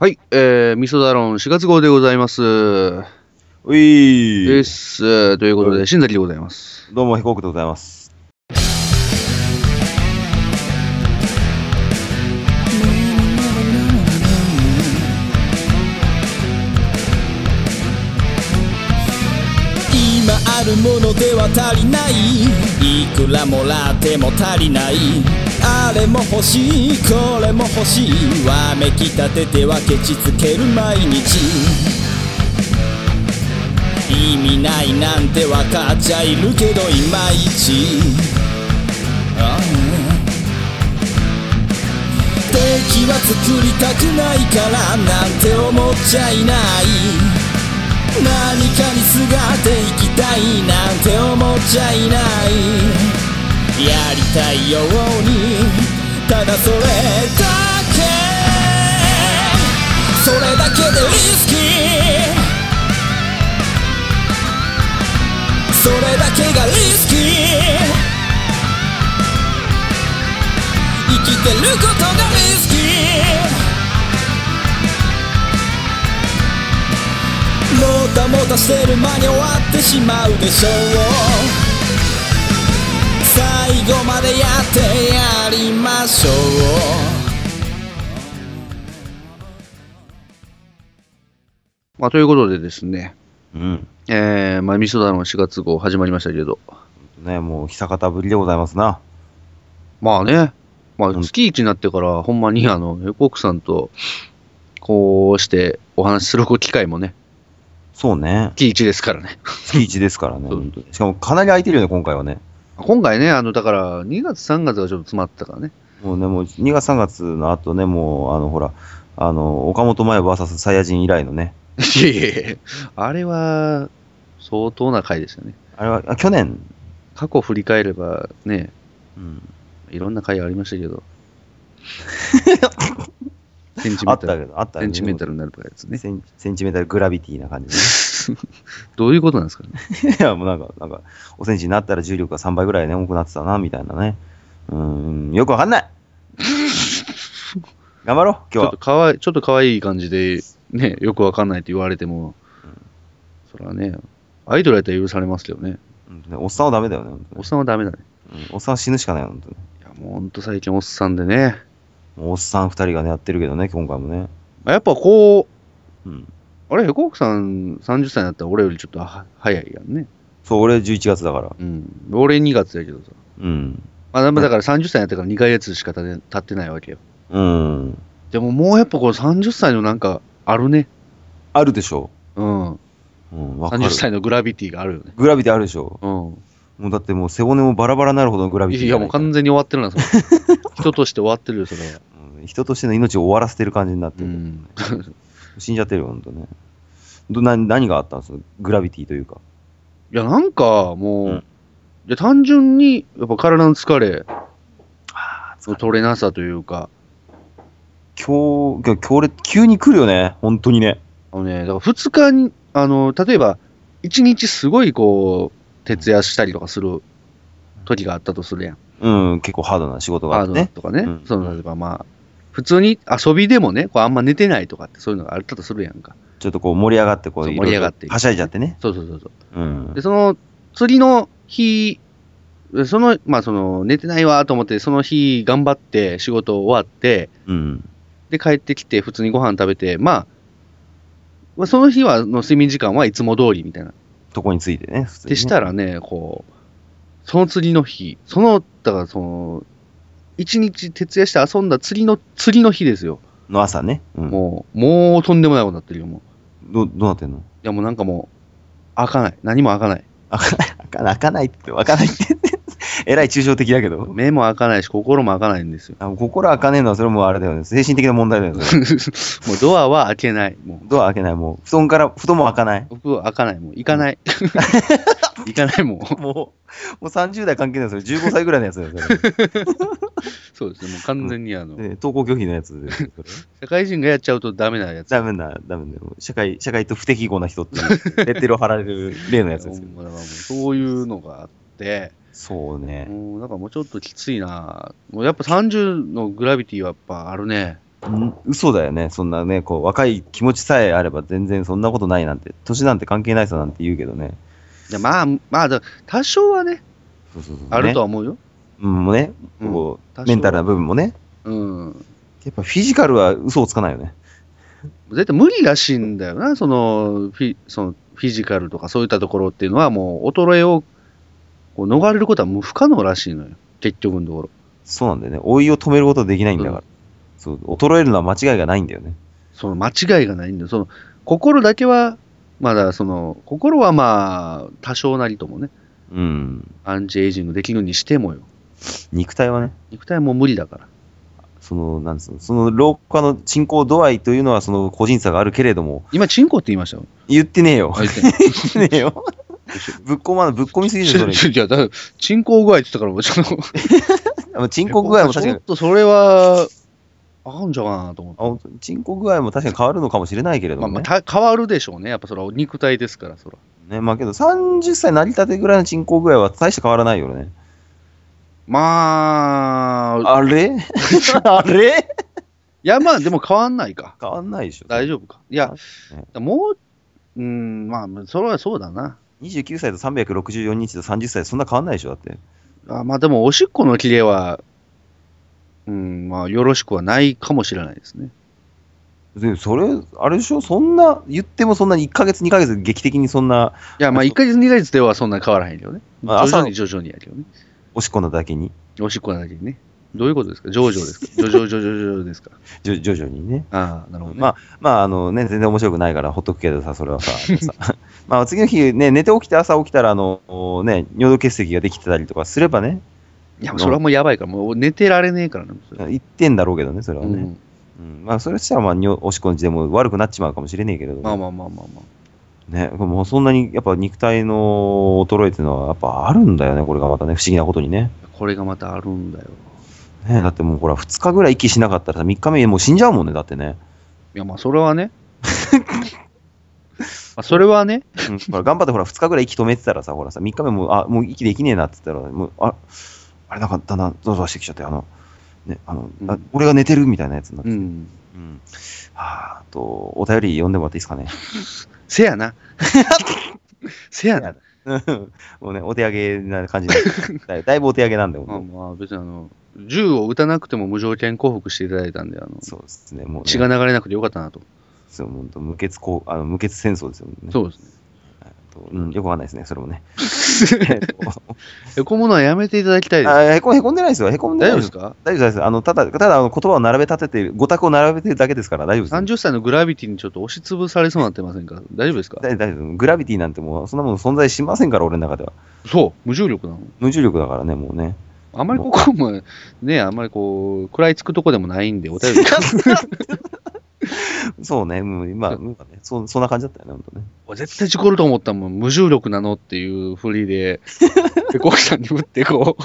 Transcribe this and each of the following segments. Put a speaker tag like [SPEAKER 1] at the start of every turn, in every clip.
[SPEAKER 1] はい、えー、味噌ダロン4月号でございます。
[SPEAKER 2] うい
[SPEAKER 1] で
[SPEAKER 2] ー
[SPEAKER 1] す。ということで、新崎でございます。
[SPEAKER 2] どうも、飛行機でございます。
[SPEAKER 3] 今あるものでは足りないいくらもらっても足りないあれも欲しいこれも欲しいわめきたててはケチつける毎日意味ないなんてわかっちゃいるけどいまいちああ敵は作りたくないからなんて思っちゃいない何かにすがっていきたいなんて思っちゃいないやりたいようにただそれだけそれだけでリスキーそれだけがリスキー生きてることがリスキーもたもたしてる間に終わってしまうでしょう最後までやってやりましょう
[SPEAKER 1] まあ、ということでですね、
[SPEAKER 2] うん。
[SPEAKER 1] えー、まあ、味噌ダロン4月号始まりましたけど、
[SPEAKER 2] ね、もう、久方ぶりでございますな。
[SPEAKER 1] まあね、まあ、
[SPEAKER 2] うん
[SPEAKER 1] 月1になってから、ほんまに、あの、横奥さんと、こうしてお話しする機会もね、
[SPEAKER 2] そうね。
[SPEAKER 1] 月1ですからね。
[SPEAKER 2] 月一ですからね。
[SPEAKER 1] そう
[SPEAKER 2] 本当にしかも、かなり空いてるよね、今回はね。
[SPEAKER 1] 今回ね、あの、だから、2月3月がちょっと詰まったからね。
[SPEAKER 2] もうね、もう、2月3月の後ね、もう、あの、ほら、あの、岡本麻也 VS サイヤ人以来のね、
[SPEAKER 1] いえいえいえ、あれは、相当な回ですよね。
[SPEAKER 2] あれは、あ去年、
[SPEAKER 1] 過去振り返れば、ね、
[SPEAKER 2] うん、
[SPEAKER 1] いろんな回ありました けど。センチ
[SPEAKER 2] あ
[SPEAKER 1] メタ
[SPEAKER 2] ったけ
[SPEAKER 1] ル。
[SPEAKER 2] ど、あった
[SPEAKER 1] センチメタ
[SPEAKER 2] ル。
[SPEAKER 1] ルになるとかやつね。
[SPEAKER 2] センセンチメタルグラビティな感じで、
[SPEAKER 1] どういうことなんですかね。
[SPEAKER 2] ね、 いやもうなんか、なんか、おセンチになったら重力が3倍ぐらいね、重くなってたな、みたいなね。うん、よくわか んない頑張ろう、
[SPEAKER 1] ち
[SPEAKER 2] 今
[SPEAKER 1] ょ
[SPEAKER 2] 日
[SPEAKER 1] っ
[SPEAKER 2] は
[SPEAKER 1] と。かわいちょっと可愛い感じで、ね、よくわかんないって言われても、それはね、アイドルやったら許されますけどね。
[SPEAKER 2] うんねおっさんはダメだよね。本当
[SPEAKER 1] おっ
[SPEAKER 2] ね
[SPEAKER 1] さんはダメだね。
[SPEAKER 2] うんおっさんは死ぬしかないよ、本当に。
[SPEAKER 1] いや、もうほんと最近おっさんでね。
[SPEAKER 2] もうおっさん二人がね、やってるけどね、今回もね。
[SPEAKER 1] まあやっぱこ
[SPEAKER 2] うん。
[SPEAKER 1] う、あれ、ヘコークさん30歳になったら俺よりちょっとは早いやんね。
[SPEAKER 2] そう、俺11月だから。
[SPEAKER 1] うん。俺2月やけどさ。
[SPEAKER 2] うん。
[SPEAKER 1] まあ、だから30歳になってから2ヶ月しか経て経ってないわけよ。
[SPEAKER 2] うん。
[SPEAKER 1] でももうやっぱこれ30歳のなんか、あるね。
[SPEAKER 2] あるでしょ
[SPEAKER 1] うん。
[SPEAKER 2] う。うん、わかる
[SPEAKER 1] 30。歳のグラビティがあるよね。
[SPEAKER 2] グラビティあるでしょ
[SPEAKER 1] うん。
[SPEAKER 2] う。もうだってもう背骨もバラバラになるほどのグラビティ。
[SPEAKER 1] いや、もう完全に終わってる な、それ。人として終わってるよ、それは。
[SPEAKER 2] うん人としての命を終わらせてる感じになって
[SPEAKER 1] う
[SPEAKER 2] る。
[SPEAKER 1] ん。
[SPEAKER 2] 死んじゃってるよ、ほんとね。どな何があったんですかグラビティというか。
[SPEAKER 1] いや、なんか、もう、
[SPEAKER 2] うん
[SPEAKER 1] いや単純に、やっぱ体の疲れ
[SPEAKER 2] ああ、
[SPEAKER 1] の取れなさというか、
[SPEAKER 2] 今日、今日、急に来るよね。本当にね。
[SPEAKER 1] あのね、だから2日に、あの、例えば、1日すごいこう、徹夜したりとかする時があったとするやん。
[SPEAKER 2] うん、結構ハードな仕事が
[SPEAKER 1] ハ
[SPEAKER 2] あ
[SPEAKER 1] ー
[SPEAKER 2] って
[SPEAKER 1] ドな
[SPEAKER 2] ね。
[SPEAKER 1] とかね。
[SPEAKER 2] うん
[SPEAKER 1] その、例えばまあ、普通に遊びでもね、こうあんま寝てないとかってそういうのがあったとするやんか。
[SPEAKER 2] ちょっとこう盛り上がって、こう、
[SPEAKER 1] そう
[SPEAKER 2] いろいろ
[SPEAKER 1] 盛り上がって
[SPEAKER 2] はしゃいじゃってね。
[SPEAKER 1] そうそうそうそう。
[SPEAKER 2] うん
[SPEAKER 1] で、。その、釣りの日、その、まあ、その、寝てないわと思って、その日頑張って仕事終わって、
[SPEAKER 2] うん。
[SPEAKER 1] で、帰ってきて、普通にご飯食べて、まあまあ、その日は、の睡眠時間はいつも通りみたいな。
[SPEAKER 2] とこについてね、普通に、ね。
[SPEAKER 1] でしたらね、こう、その釣りの日、その、だからその、一日徹夜して遊んだ釣りの、釣りの日ですよ。
[SPEAKER 2] の朝ね。うん。
[SPEAKER 1] もう、もうとんでもないことになってるよ、もう。
[SPEAKER 2] ど、どうなってんの
[SPEAKER 1] いや、もうなんかもう、開かない。何も開かない。
[SPEAKER 2] 開かない、開かない、開かないって、開かないって。 えらい抽象的だけど。
[SPEAKER 1] 目も開かないし、心も開かないん ですよ。
[SPEAKER 2] あ心開かねえのは、それもうあれだよね。精神的な問題だよね。それ
[SPEAKER 1] もうドアは開けない。もう、
[SPEAKER 2] ドア開けない、もう。布団から、布団も開かない。
[SPEAKER 1] 僕は開かない。もう行かない。行かない、 もう。
[SPEAKER 2] もう、もう30代関係ない、それ。15歳ぐらいのやつだよ、それ。
[SPEAKER 1] そうですね。もう完全にあ の、
[SPEAKER 2] で登校拒否のやつで。それ
[SPEAKER 1] 社会人がやっちゃうとダメなやつ。
[SPEAKER 2] ダメな、ダメだよ。社会、社会と不適合な人っていう、レッテルを貼られる例のやつですけど。
[SPEAKER 1] ほんまだからもうそういうのがあって、
[SPEAKER 2] そうね。
[SPEAKER 1] もうなんかもうちょっときついなもうやっぱ30のグラビティはやっぱあるね。
[SPEAKER 2] ん嘘だよね。そんなね、こう、若い気持ちさえあれば全然そんなことないなんて、年なんて関係ないさなんて言うけどね。
[SPEAKER 1] いやまあ、まあ、だ多少はね、
[SPEAKER 2] そうそうそう、
[SPEAKER 1] あるとは思うよ。
[SPEAKER 2] うん、もうね、
[SPEAKER 1] うん
[SPEAKER 2] こう
[SPEAKER 1] 多少
[SPEAKER 2] メンタルな部分もね。
[SPEAKER 1] うん。
[SPEAKER 2] やっぱフィジカルは嘘をつかないよね。
[SPEAKER 1] 絶対無理らしいんだよな、その、フィそのフィジカルとかそういったところっていうのはもう衰えをこう逃れることはもう不可能らしいのよ。結局のところ。
[SPEAKER 2] そうなんだよね。老いを止めることはできないんだから。そう、衰えるのは間違いがないんだよね。
[SPEAKER 1] その間違いがないんだよ。その心だけは、まだその、心はまあ、多少なりともね、
[SPEAKER 2] うん。
[SPEAKER 1] アンチエイジングできるにしてもよ。
[SPEAKER 2] 肉体はね、
[SPEAKER 1] 肉体はもう無理だから。
[SPEAKER 2] その、なんつうの、その老化の進行度合いというのはその個人差があるけれども、
[SPEAKER 1] 今、チンコって言いましたよ。
[SPEAKER 2] 言ってねえよ。
[SPEAKER 1] あ言ってない
[SPEAKER 2] 言ってねえよ。 ぶっこま、ぶっこみすぎるよ、それ。
[SPEAKER 1] いや、だから、チンコ具合って言ったから、もうちょっと。
[SPEAKER 2] あの沈刻具合も確か
[SPEAKER 1] ちょ
[SPEAKER 2] に
[SPEAKER 1] っ、とそれは、あかんじゃうかなと思って。
[SPEAKER 2] あ本当に沈刻具合も確かに変わるのかもしれないけれど
[SPEAKER 1] ま
[SPEAKER 2] も
[SPEAKER 1] あ、
[SPEAKER 2] ね。
[SPEAKER 1] まあた変わるでしょうね。やっぱそれは肉体ですから、そら。
[SPEAKER 2] ね、まあけど、30歳なりたてぐらいの沈刻具合は大して変わらないよね。
[SPEAKER 1] まあ、
[SPEAKER 2] あれ あれ
[SPEAKER 1] いや、まあ、でも変わんないか。
[SPEAKER 2] 変わんないでしょ。
[SPEAKER 1] 大丈夫か。いや、
[SPEAKER 2] う
[SPEAKER 1] もう、うん、まあ、それはそうだな。
[SPEAKER 2] 29歳と364日と30歳、そんな変わんないでしょ、だって。
[SPEAKER 1] あまあ、でも、おしっこの切れは、うん、まあ、よろしくはないかもしれないですね。
[SPEAKER 2] でそれ、あれでしょ、そんな、言ってもそんな1ヶ月、2ヶ月、劇的にそんな、
[SPEAKER 1] いや、まあ、
[SPEAKER 2] あそう
[SPEAKER 1] 1ヶ月、2ヶ月ではそんな変わらへんけどね。
[SPEAKER 2] まあ
[SPEAKER 1] 徐々
[SPEAKER 2] 朝
[SPEAKER 1] に徐々にやけどね。
[SPEAKER 2] おしっこのだけに、
[SPEAKER 1] おしっこなだけにね。どういうことですか上々です か上々、上々、上々ですか
[SPEAKER 2] じょ徐々にね。
[SPEAKER 1] ああ、なるほど、ね。
[SPEAKER 2] まあ、まあ、あのね、全然面白くないからほっとくけどさ、それはさ、あの さまあ、次の日、ね、寝て起きて朝起きたら、あの、ね、尿道結石ができてたりとかすればね、
[SPEAKER 1] いや、それはもうやばいから、もう寝てられねえからね。もうそれ
[SPEAKER 2] 言ってんだろうけどね、それは
[SPEAKER 1] う
[SPEAKER 2] ね。
[SPEAKER 1] ん
[SPEAKER 2] うんまあ、それしたら、まあ、尿おしっこの時点も悪くなっちまうかもしれねえけれども、
[SPEAKER 1] まあまあまあまあまあ。
[SPEAKER 2] ね、もうそんなに、やっぱ肉体の衰えっていうのは、やっぱあるんだよね、これがまたね、不思議なことにね。
[SPEAKER 1] これがまたあるんだよ。
[SPEAKER 2] ねだってもうほら、2日ぐらい息しなかったらさ、3日目、もう死んじゃうもんね、だってね。
[SPEAKER 1] いや、まあ、それはね。まあそれはね、
[SPEAKER 2] うん、ほら頑張ってほら2日ぐらい息止めてたらさ、ほらさ、3日目もう、あ、もう息できねえなって言ったら、もう、あ、あれなんかだんだんゾワゾワしてきちゃって、あの、ね、あの、あ
[SPEAKER 1] うん
[SPEAKER 2] 俺が寝てるみたいなやつになって。
[SPEAKER 1] う
[SPEAKER 2] うん。
[SPEAKER 1] ん。
[SPEAKER 2] はあ、あと、お便り読んでもらっていいですかね。
[SPEAKER 1] せやな。せやな。
[SPEAKER 2] もうね、お手上げな感じ で、だいだいぶお手上げなんで、
[SPEAKER 1] ま
[SPEAKER 2] も
[SPEAKER 1] あ
[SPEAKER 2] う
[SPEAKER 1] まあ、別にあの、銃を撃たなくても無条件降伏していただいたんで、あの、
[SPEAKER 2] そうですね、もう、ね、
[SPEAKER 1] 血が流れなくてよかったなと。
[SPEAKER 2] そう、本当無血こうあの無血戦争ですよね。
[SPEAKER 1] そうですね。
[SPEAKER 2] とうん、よくわかんないですね、それも ね。
[SPEAKER 1] へこむのはやめていただきたいです。
[SPEAKER 2] あへこへこんでないですよ、へこんで
[SPEAKER 1] 大
[SPEAKER 2] な
[SPEAKER 1] 丈
[SPEAKER 2] い
[SPEAKER 1] 夫
[SPEAKER 2] で
[SPEAKER 1] ですか
[SPEAKER 2] す。大丈夫です。あの、ただ、ただ、あの言葉を並べ立てて、語卓を並べてるだけですから、大丈夫です。
[SPEAKER 1] 30歳のグラビティにちょっと押しつぶされそうになってませんか大丈夫ですか
[SPEAKER 2] 大大丈夫。グラビティなんてもう、そんなもの存在しませんから、俺の中では。
[SPEAKER 1] そう、無重力なの。
[SPEAKER 2] 無重力だからね、もうね。
[SPEAKER 1] あまりここも、ね、あまりこう、食らいつくとこでもないんで、お便り。
[SPEAKER 2] そうね、もう今、
[SPEAKER 1] そう
[SPEAKER 2] 今ねそ、そんな感じだったよね、本当ね。
[SPEAKER 1] 俺絶対事故ると思ったもん、無重力なのっていうふりで、ペコーさんに打って こう、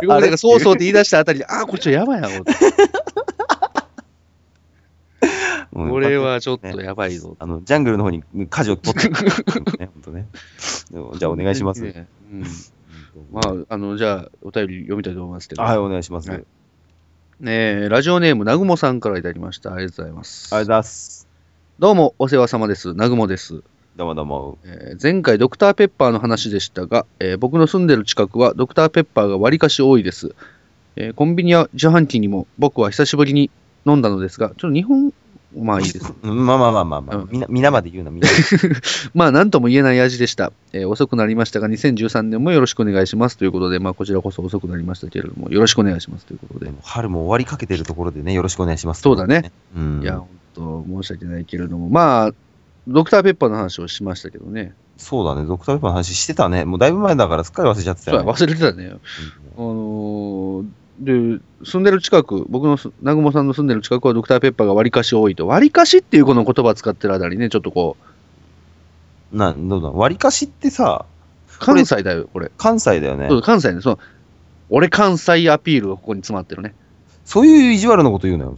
[SPEAKER 1] ペコーさんがそうそうって言い出したあたりで、あー、こっちはやばいな、これ
[SPEAKER 2] もうね
[SPEAKER 1] これ、はちょっとやばいぞ。
[SPEAKER 2] あの、ジャングルの方に舵を 取って、ね、本当ね。でもじゃあ、お願いします。
[SPEAKER 1] ねうん、まあ、あの、じゃあ、お便り読みたいと思いますけど、
[SPEAKER 2] はい、お願いします。
[SPEAKER 1] は
[SPEAKER 2] あ
[SPEAKER 1] い
[SPEAKER 2] りがと
[SPEAKER 1] ねえラジオネーム、なぐもさんからいただきました。ありがとうございます。
[SPEAKER 2] うございます。
[SPEAKER 1] どうも、お世話様です。なぐもです。
[SPEAKER 2] どうもどうも。
[SPEAKER 1] えー前回ドクターペッパーの話でしたが、えー僕の住んでる近くはドクターペッパーがわりかし多いです、えーコンビニや自販機にも僕は久しぶりに飲んだのですがちょっと日本まあいいです
[SPEAKER 2] うんまあまあまあまあまあ、
[SPEAKER 1] うん
[SPEAKER 2] みんな、みんなまで言うな、みんな。
[SPEAKER 1] まあ何とも言えない味でした、えー遅くなりましたが2013年もよろしくお願いしますということで、まあ、こちらこそ遅くなりましたけれどもよろしくお願いしますということで、
[SPEAKER 2] でも春も終わりかけてるところでね、よろしくお願いします。
[SPEAKER 1] そうだね。
[SPEAKER 2] うん。
[SPEAKER 1] いや本当申し訳ないけれどもまあドクターペッパーの話をしましたけどね
[SPEAKER 2] そうだね、ドクターペッパーの話してたね。もうだいぶ前だからすっかり忘れちゃって
[SPEAKER 1] そ
[SPEAKER 2] た
[SPEAKER 1] う
[SPEAKER 2] よ
[SPEAKER 1] や
[SPEAKER 2] ね。
[SPEAKER 1] 忘れてたね
[SPEAKER 2] うん
[SPEAKER 1] あのーで、住んでる近く、僕のす、南雲さんの住んでる近くはドクターペッパーが割りかし多いと。割りかしっていうこの言葉使ってるあたりね、ちょっとこう、
[SPEAKER 2] な、どうだ、割りかしってさ、これ
[SPEAKER 1] 関西だよ、これ。
[SPEAKER 2] 関西だよね
[SPEAKER 1] そ。う関西ね、その、俺関西アピールがここに詰まってるね。
[SPEAKER 2] そういう意地悪なこと 言うなよ。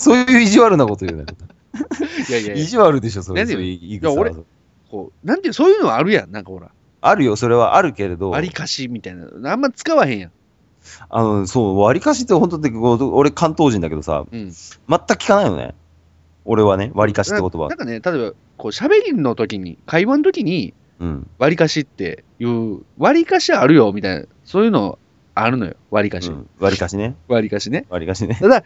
[SPEAKER 2] そういう意地悪なこと言うなよ。
[SPEAKER 1] いやいや
[SPEAKER 2] 意地悪でしょ、それ。
[SPEAKER 1] 何
[SPEAKER 2] そう
[SPEAKER 1] よ
[SPEAKER 2] いう言い草
[SPEAKER 1] いや俺
[SPEAKER 2] は
[SPEAKER 1] こう、なんていう、そういうのはあるやん、なんかほら、
[SPEAKER 2] あるよ、それはあるけれど、
[SPEAKER 1] 割りかしみたいな。あんま使わへんやん。
[SPEAKER 2] あの、そう、割りかしって本当ってこう、俺関東人だけどさ、
[SPEAKER 1] うん。
[SPEAKER 2] 全く聞かないよね。俺はね、割りかしって言葉
[SPEAKER 1] な。んかね、例えば、こう、喋りの時に、会話の時に、
[SPEAKER 2] うん。
[SPEAKER 1] 割りかしっていう、割りかしあるよ、みたいな、そういうのあるのよ、割りかし。
[SPEAKER 2] うん割りかしね。
[SPEAKER 1] 割りかしね。
[SPEAKER 2] 割りかしね。
[SPEAKER 1] ただ、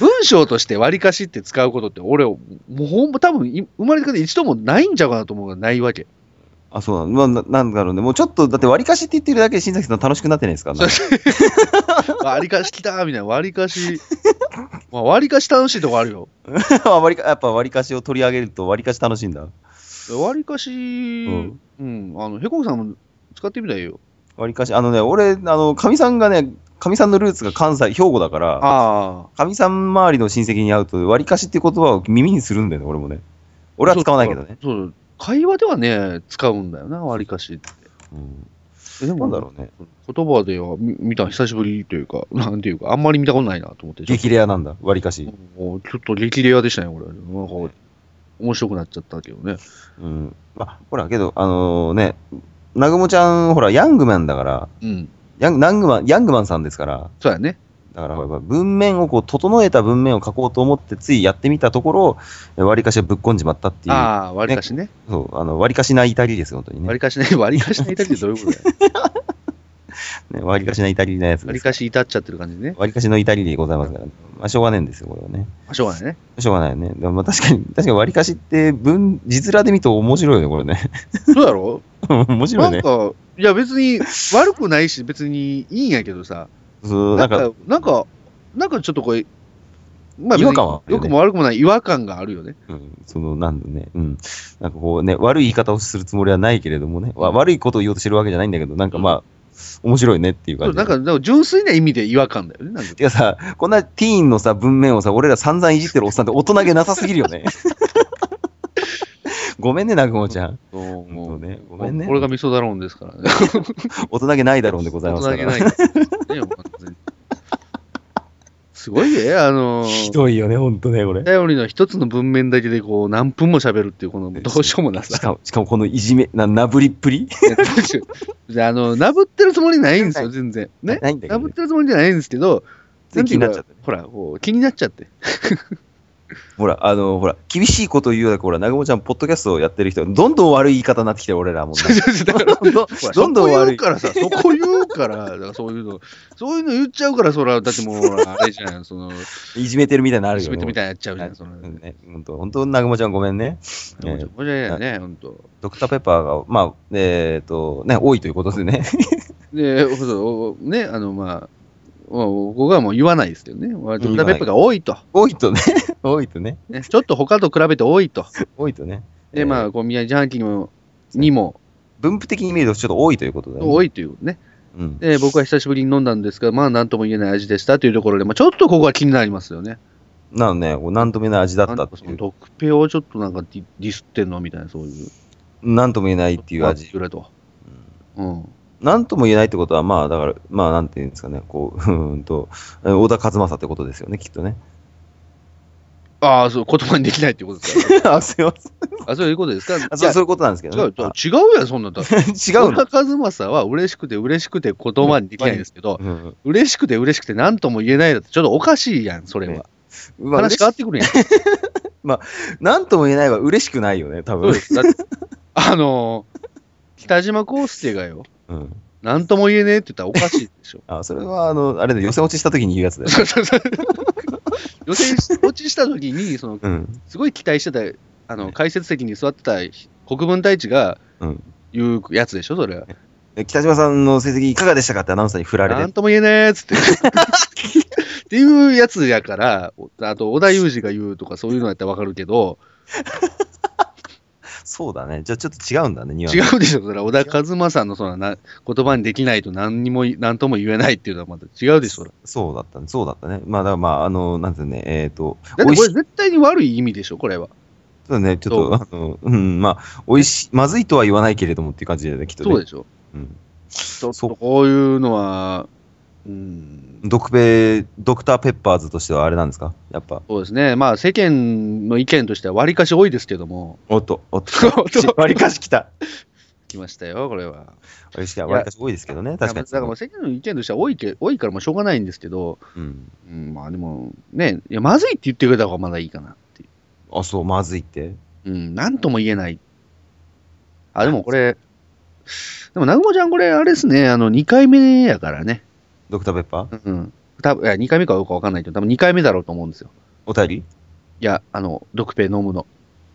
[SPEAKER 1] 文章として割りかしって使うことって、俺、もうほんま、多分い生まれてから一度もないんちゃうかなと思うがない わけ。
[SPEAKER 2] あ、そうなの、まあな。なんだろうね。もうちょっと、だって割りかしって言ってるだけで新崎さん楽しくなってないですか
[SPEAKER 1] そう割りかし来たみたいな、割りかし、 まあ、割りかし楽しいとこあるよ。
[SPEAKER 2] あ 割りかやっぱ割りかしを取り上げると割りかし楽しいんだ。
[SPEAKER 1] 割りかし、うんん、あの、へこくさんも使ってみたいよ。
[SPEAKER 2] 割りかし、あのね、俺、あの、かみさんがね、かみさんのルーツが関西、兵庫だから、
[SPEAKER 1] ああ。
[SPEAKER 2] かみさん周りの親戚に会うと、割りかしって言葉を耳にするんだよね、俺もね。俺は使わないけどね。
[SPEAKER 1] そうそう。会話ではね、使うんだよな、割りかしって。
[SPEAKER 2] うん
[SPEAKER 1] えで
[SPEAKER 2] な
[SPEAKER 1] も、
[SPEAKER 2] んだろうね。
[SPEAKER 1] 言葉では見見た久しぶりというか、 なんていうか、あんまり見たことないなと思って。
[SPEAKER 2] 激レアなんだ、割りかし。
[SPEAKER 1] もうちょっと激レアでしたね、俺。なんか、面白くなっちゃったけどね。
[SPEAKER 2] うん。まあ、ほら、けど、あのね、南雲ちゃん、ほら、ヤングマンだから、
[SPEAKER 1] うん。
[SPEAKER 2] ヤング、ナングマン、ヤングマンさんですから、
[SPEAKER 1] そうやね。
[SPEAKER 2] だから、やっぱ文面をこう、整えた文面を書こうと思って、ついやってみたところ、え割りかしはぶっこんじまったっていう。
[SPEAKER 1] ああ、割りかしね。
[SPEAKER 2] そう、あの、割りかしない至りです、本当にね。
[SPEAKER 1] 割り
[SPEAKER 2] ね
[SPEAKER 1] か しね。割りかしね。至りってどういうことだよ。
[SPEAKER 2] 割りかしない至りな やつ
[SPEAKER 1] 割
[SPEAKER 2] で
[SPEAKER 1] り
[SPEAKER 2] す。
[SPEAKER 1] か
[SPEAKER 2] 割
[SPEAKER 1] し至っちゃってる感じね
[SPEAKER 2] り。かしの至りでございますから、ね、まあ、しょうがねえんですよ、これはね。
[SPEAKER 1] まあしょうがないね。
[SPEAKER 2] しょうがないよね。でもまあ、確かに、確かに割りかしって、文、字面で見ると面白いよね、これね。
[SPEAKER 1] そうだろ
[SPEAKER 2] 面白
[SPEAKER 1] な
[SPEAKER 2] い
[SPEAKER 1] ん
[SPEAKER 2] ね。
[SPEAKER 1] か、いや別に悪くないし、別にいいんやけどさ。
[SPEAKER 2] そう、
[SPEAKER 1] な
[SPEAKER 2] な
[SPEAKER 1] ん
[SPEAKER 2] んか、
[SPEAKER 1] か、なんか、なんかちょっとこれ、ま
[SPEAKER 2] 違和感はあるよね
[SPEAKER 1] よくも悪くもない違和感があるよね。
[SPEAKER 2] うん、その、なんだろうね、うん。なんかこうね、悪い言い方をするつもりはないけれどもね、わ悪いことを言おうとしてるわけじゃないんだけど、なんかまあ、面白いねっていう
[SPEAKER 1] そ
[SPEAKER 2] 感
[SPEAKER 1] う
[SPEAKER 2] じ。
[SPEAKER 1] なんか、なんか純粋な意味で違和感だよね。なんか
[SPEAKER 2] てかさ、こんなティーンのさ、文面をさ、俺ら散々いじってるおっさんって大人げなさすぎる よね。ごめんね、南雲ちゃん。
[SPEAKER 1] そう
[SPEAKER 2] もうね、ごめんね。
[SPEAKER 1] これが味噌だろうんですからね。
[SPEAKER 2] 大人げないだろうでございますか
[SPEAKER 1] 大人
[SPEAKER 2] ら。
[SPEAKER 1] げないからねもう完全にすごいね、あの
[SPEAKER 2] ひ
[SPEAKER 1] ー、
[SPEAKER 2] どいよね、ほんとね、これ。
[SPEAKER 1] 頼りの一つの文面だけでこう何分も喋るっていう、このどうしようもな
[SPEAKER 2] し
[SPEAKER 1] さ。
[SPEAKER 2] かも、しかもこのいじめ、な、なぶりっぷり
[SPEAKER 1] であの、なぶってるつもりないんですよ、全然。ね。
[SPEAKER 2] ないんだけ
[SPEAKER 1] な
[SPEAKER 2] ど、
[SPEAKER 1] ぶっ
[SPEAKER 2] ね。
[SPEAKER 1] てるつもりじゃないんですけど、
[SPEAKER 2] つい気になっちゃって
[SPEAKER 1] なんていうかほら、こう気になっちゃって。
[SPEAKER 2] ほら、あの、ほら、厳しいこと言うようだから、ほら、南雲ちゃん、ポッドキャストをやってる人、どんどん悪い言い方になってきてる、俺らも、ね。
[SPEAKER 1] だから
[SPEAKER 2] どんどん
[SPEAKER 1] ほら
[SPEAKER 2] どんどん悪
[SPEAKER 1] そこ言う
[SPEAKER 2] い
[SPEAKER 1] からさ、そこ言うから、だからそういうの、そういうの言っちゃうから、そら、だってもう、ほらあれじゃん、その、
[SPEAKER 2] いじめてるみたいになる
[SPEAKER 1] 初
[SPEAKER 2] よ
[SPEAKER 1] めてみ
[SPEAKER 2] ね。
[SPEAKER 1] たいにやっちゃうじゃん、その。
[SPEAKER 2] うんね、本当、本当、南雲ちゃんごめんね。
[SPEAKER 1] 申し訳ないね、本当。
[SPEAKER 2] ドクターペッパーが、まあ、えっ、と、ね、多いということでね。
[SPEAKER 1] で、そうそうね、あの、まあ、まあ僕はもう言わないですけどね、まあドクターペッパーが多いと、
[SPEAKER 2] 多いとね、 多いとね、
[SPEAKER 1] ね、ちょっと他と比べて多 いと、
[SPEAKER 2] 多いとね。
[SPEAKER 1] で、ま
[SPEAKER 2] えー
[SPEAKER 1] あ、こう宮城ジャンキーにもにも
[SPEAKER 2] 分布的に見るとちょっと多いということだよね。
[SPEAKER 1] 多
[SPEAKER 2] い。
[SPEAKER 1] いというね、
[SPEAKER 2] うん。
[SPEAKER 1] で、僕は久しぶりに飲んだんですが、まあ、なんとも言えない味でしたというところで、まあ、ちょっとここは気になりますよね。
[SPEAKER 2] なのね、こうなんとも言えない味だった
[SPEAKER 1] なん
[SPEAKER 2] っ
[SPEAKER 1] かそ
[SPEAKER 2] てい
[SPEAKER 1] の
[SPEAKER 2] う。
[SPEAKER 1] 毒ペをちょっとなんかディディスってんのみたいな、そういう。
[SPEAKER 2] なんとも言えないっていう味。
[SPEAKER 1] ぐらいと。うん。
[SPEAKER 2] なんとも言えないってことは、まあ、だから、まあ、なんていうんですかね、こう、う ーんと、え小田和正ってことですよね、き っとね。
[SPEAKER 1] ああ、そう、言葉にできないってことです か。
[SPEAKER 2] あ、すいません。
[SPEAKER 1] あ、そういうことですか。
[SPEAKER 2] あ
[SPEAKER 1] じ
[SPEAKER 2] そ
[SPEAKER 1] ゃ
[SPEAKER 2] うそういうことなんですけ
[SPEAKER 1] 違
[SPEAKER 2] ど
[SPEAKER 1] う
[SPEAKER 2] ね。あ
[SPEAKER 1] 違うやん、そんなんだ。
[SPEAKER 2] 違う
[SPEAKER 1] 小
[SPEAKER 2] の
[SPEAKER 1] 田和正は嬉しくて嬉しくて言葉にできないんですけど、
[SPEAKER 2] うん
[SPEAKER 1] 嬉しくて嬉しくて何とも言えないだとちょっとおかしいやん、それ
[SPEAKER 2] ね
[SPEAKER 1] は。
[SPEAKER 2] うわ
[SPEAKER 1] 話変わってくるやん。
[SPEAKER 2] なんとも言えないは嬉しくないよね、多
[SPEAKER 1] そう
[SPEAKER 2] 分
[SPEAKER 1] で。すだってあのー北島康介がよ、
[SPEAKER 2] うん。。
[SPEAKER 1] 何とも言えねえって言ったらおかしいでしょ
[SPEAKER 2] あ、それは、あの、あれで予選落ちした時に言うやつだよ。
[SPEAKER 1] そうそうそう予選落ちした時にその
[SPEAKER 2] うん。
[SPEAKER 1] すごい期待してたあの解説席に座ってた国分太一が
[SPEAKER 2] うん。
[SPEAKER 1] 言うやつでしょ、それは。
[SPEAKER 2] で北島さんの成績いかがでしたかってアナウンサーに振られて
[SPEAKER 1] なんとも言えねえっつって。 っていうやつやから、あと織田裕二が言うとかそういうのやったらわかるけど、
[SPEAKER 2] そうだね。じゃあちょっと違うんだね、ニュアンス。
[SPEAKER 1] 違うでしょ、それは小田和正のそのな言葉にできないと何にもい、何とも言えないっていうのはまた違うでしょ、それ
[SPEAKER 2] そうだったね。そうだったね。まあ、だからまあ、あの、なんていうのね、えっ、と、
[SPEAKER 1] だっ
[SPEAKER 2] 美
[SPEAKER 1] て
[SPEAKER 2] 味
[SPEAKER 1] こ
[SPEAKER 2] し
[SPEAKER 1] れ
[SPEAKER 2] い。
[SPEAKER 1] 絶対に悪い意味でしょ、これは。
[SPEAKER 2] そうだね、ちょっと、あの、うん、まあ、美味しい、まずいとは言わないけれどもっていう感じだよね、きっとね。
[SPEAKER 1] そうでしょ。
[SPEAKER 2] うん。
[SPEAKER 1] ちょっ
[SPEAKER 2] そう
[SPEAKER 1] とこういうのは、うん、
[SPEAKER 2] ドクペ、ドクターペッパーズとしてはあれなんですかやっぱ。
[SPEAKER 1] そうですね、まあ世 間の意見としては割りかし多いですけども、
[SPEAKER 2] おっと、おっと
[SPEAKER 1] おっと。
[SPEAKER 2] 割りかし来た。
[SPEAKER 1] 来ましたよ、これは。
[SPEAKER 2] 美味しい。わりかし多いですけどね、確か
[SPEAKER 1] いや
[SPEAKER 2] に。
[SPEAKER 1] だからもう世間の意見としては多いけ多いからもうしょうがないんですけど、
[SPEAKER 2] うん。
[SPEAKER 1] うん、まあでも、ね、いや、まずいって言ってくれた方がまだいいかなっていう。
[SPEAKER 2] あ、そう、まずいって。
[SPEAKER 1] うん、なんとも言えない。あ、でもこれ、でも、南雲ちゃん、これ、あれですね、あの、2回目やからね。
[SPEAKER 2] ドクターペッパー
[SPEAKER 1] うん。多分いや、2回目かどうかわかんないけど、多分2回目だろうと思うんですよ。
[SPEAKER 2] お便り
[SPEAKER 1] いや、あの、毒ペ飲むの。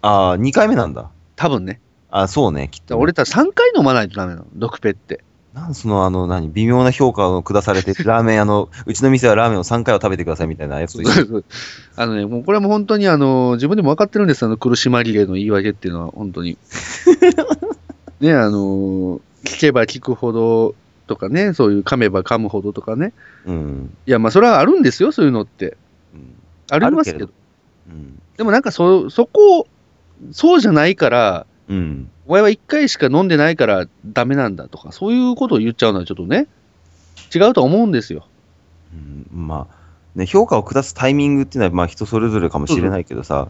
[SPEAKER 2] ああ、2回目なんだ。
[SPEAKER 1] 多分ね。
[SPEAKER 2] あそうね、き
[SPEAKER 1] だ
[SPEAKER 2] っ
[SPEAKER 1] から
[SPEAKER 2] と。、
[SPEAKER 1] 俺たち3回飲まないとダメなの、毒ペって。
[SPEAKER 2] なんその、あの、何、微妙な評価を下 されて、ラーメン、あの、うちの店はラーメンを3回は食べてくださいみたいなやつと一緒
[SPEAKER 1] あのね、もうこれはもう本当に、あの、自分でも分かってるんですあの、苦しまリレーの言い訳っていうのは、本 当に。ね、あの、聞けば聞くほどとかね、そういう噛めば噛むほどとかね。
[SPEAKER 2] うん。
[SPEAKER 1] いや、まあ、それはあるんですよ、そういうのって。
[SPEAKER 2] うん
[SPEAKER 1] ありますけ
[SPEAKER 2] あ
[SPEAKER 1] ど
[SPEAKER 2] る。うん。
[SPEAKER 1] でもなんかそ、そこを、そうじゃないから、
[SPEAKER 2] うん。
[SPEAKER 1] お前は1回しか飲んでないからダメなんだとか、そういうことを言っちゃうのはちょっとね、違うとは思うんですよ。
[SPEAKER 2] うんまあ、ね、評価を下すタイミングっていうのは、まあ、人それぞれかもしれないけどさ、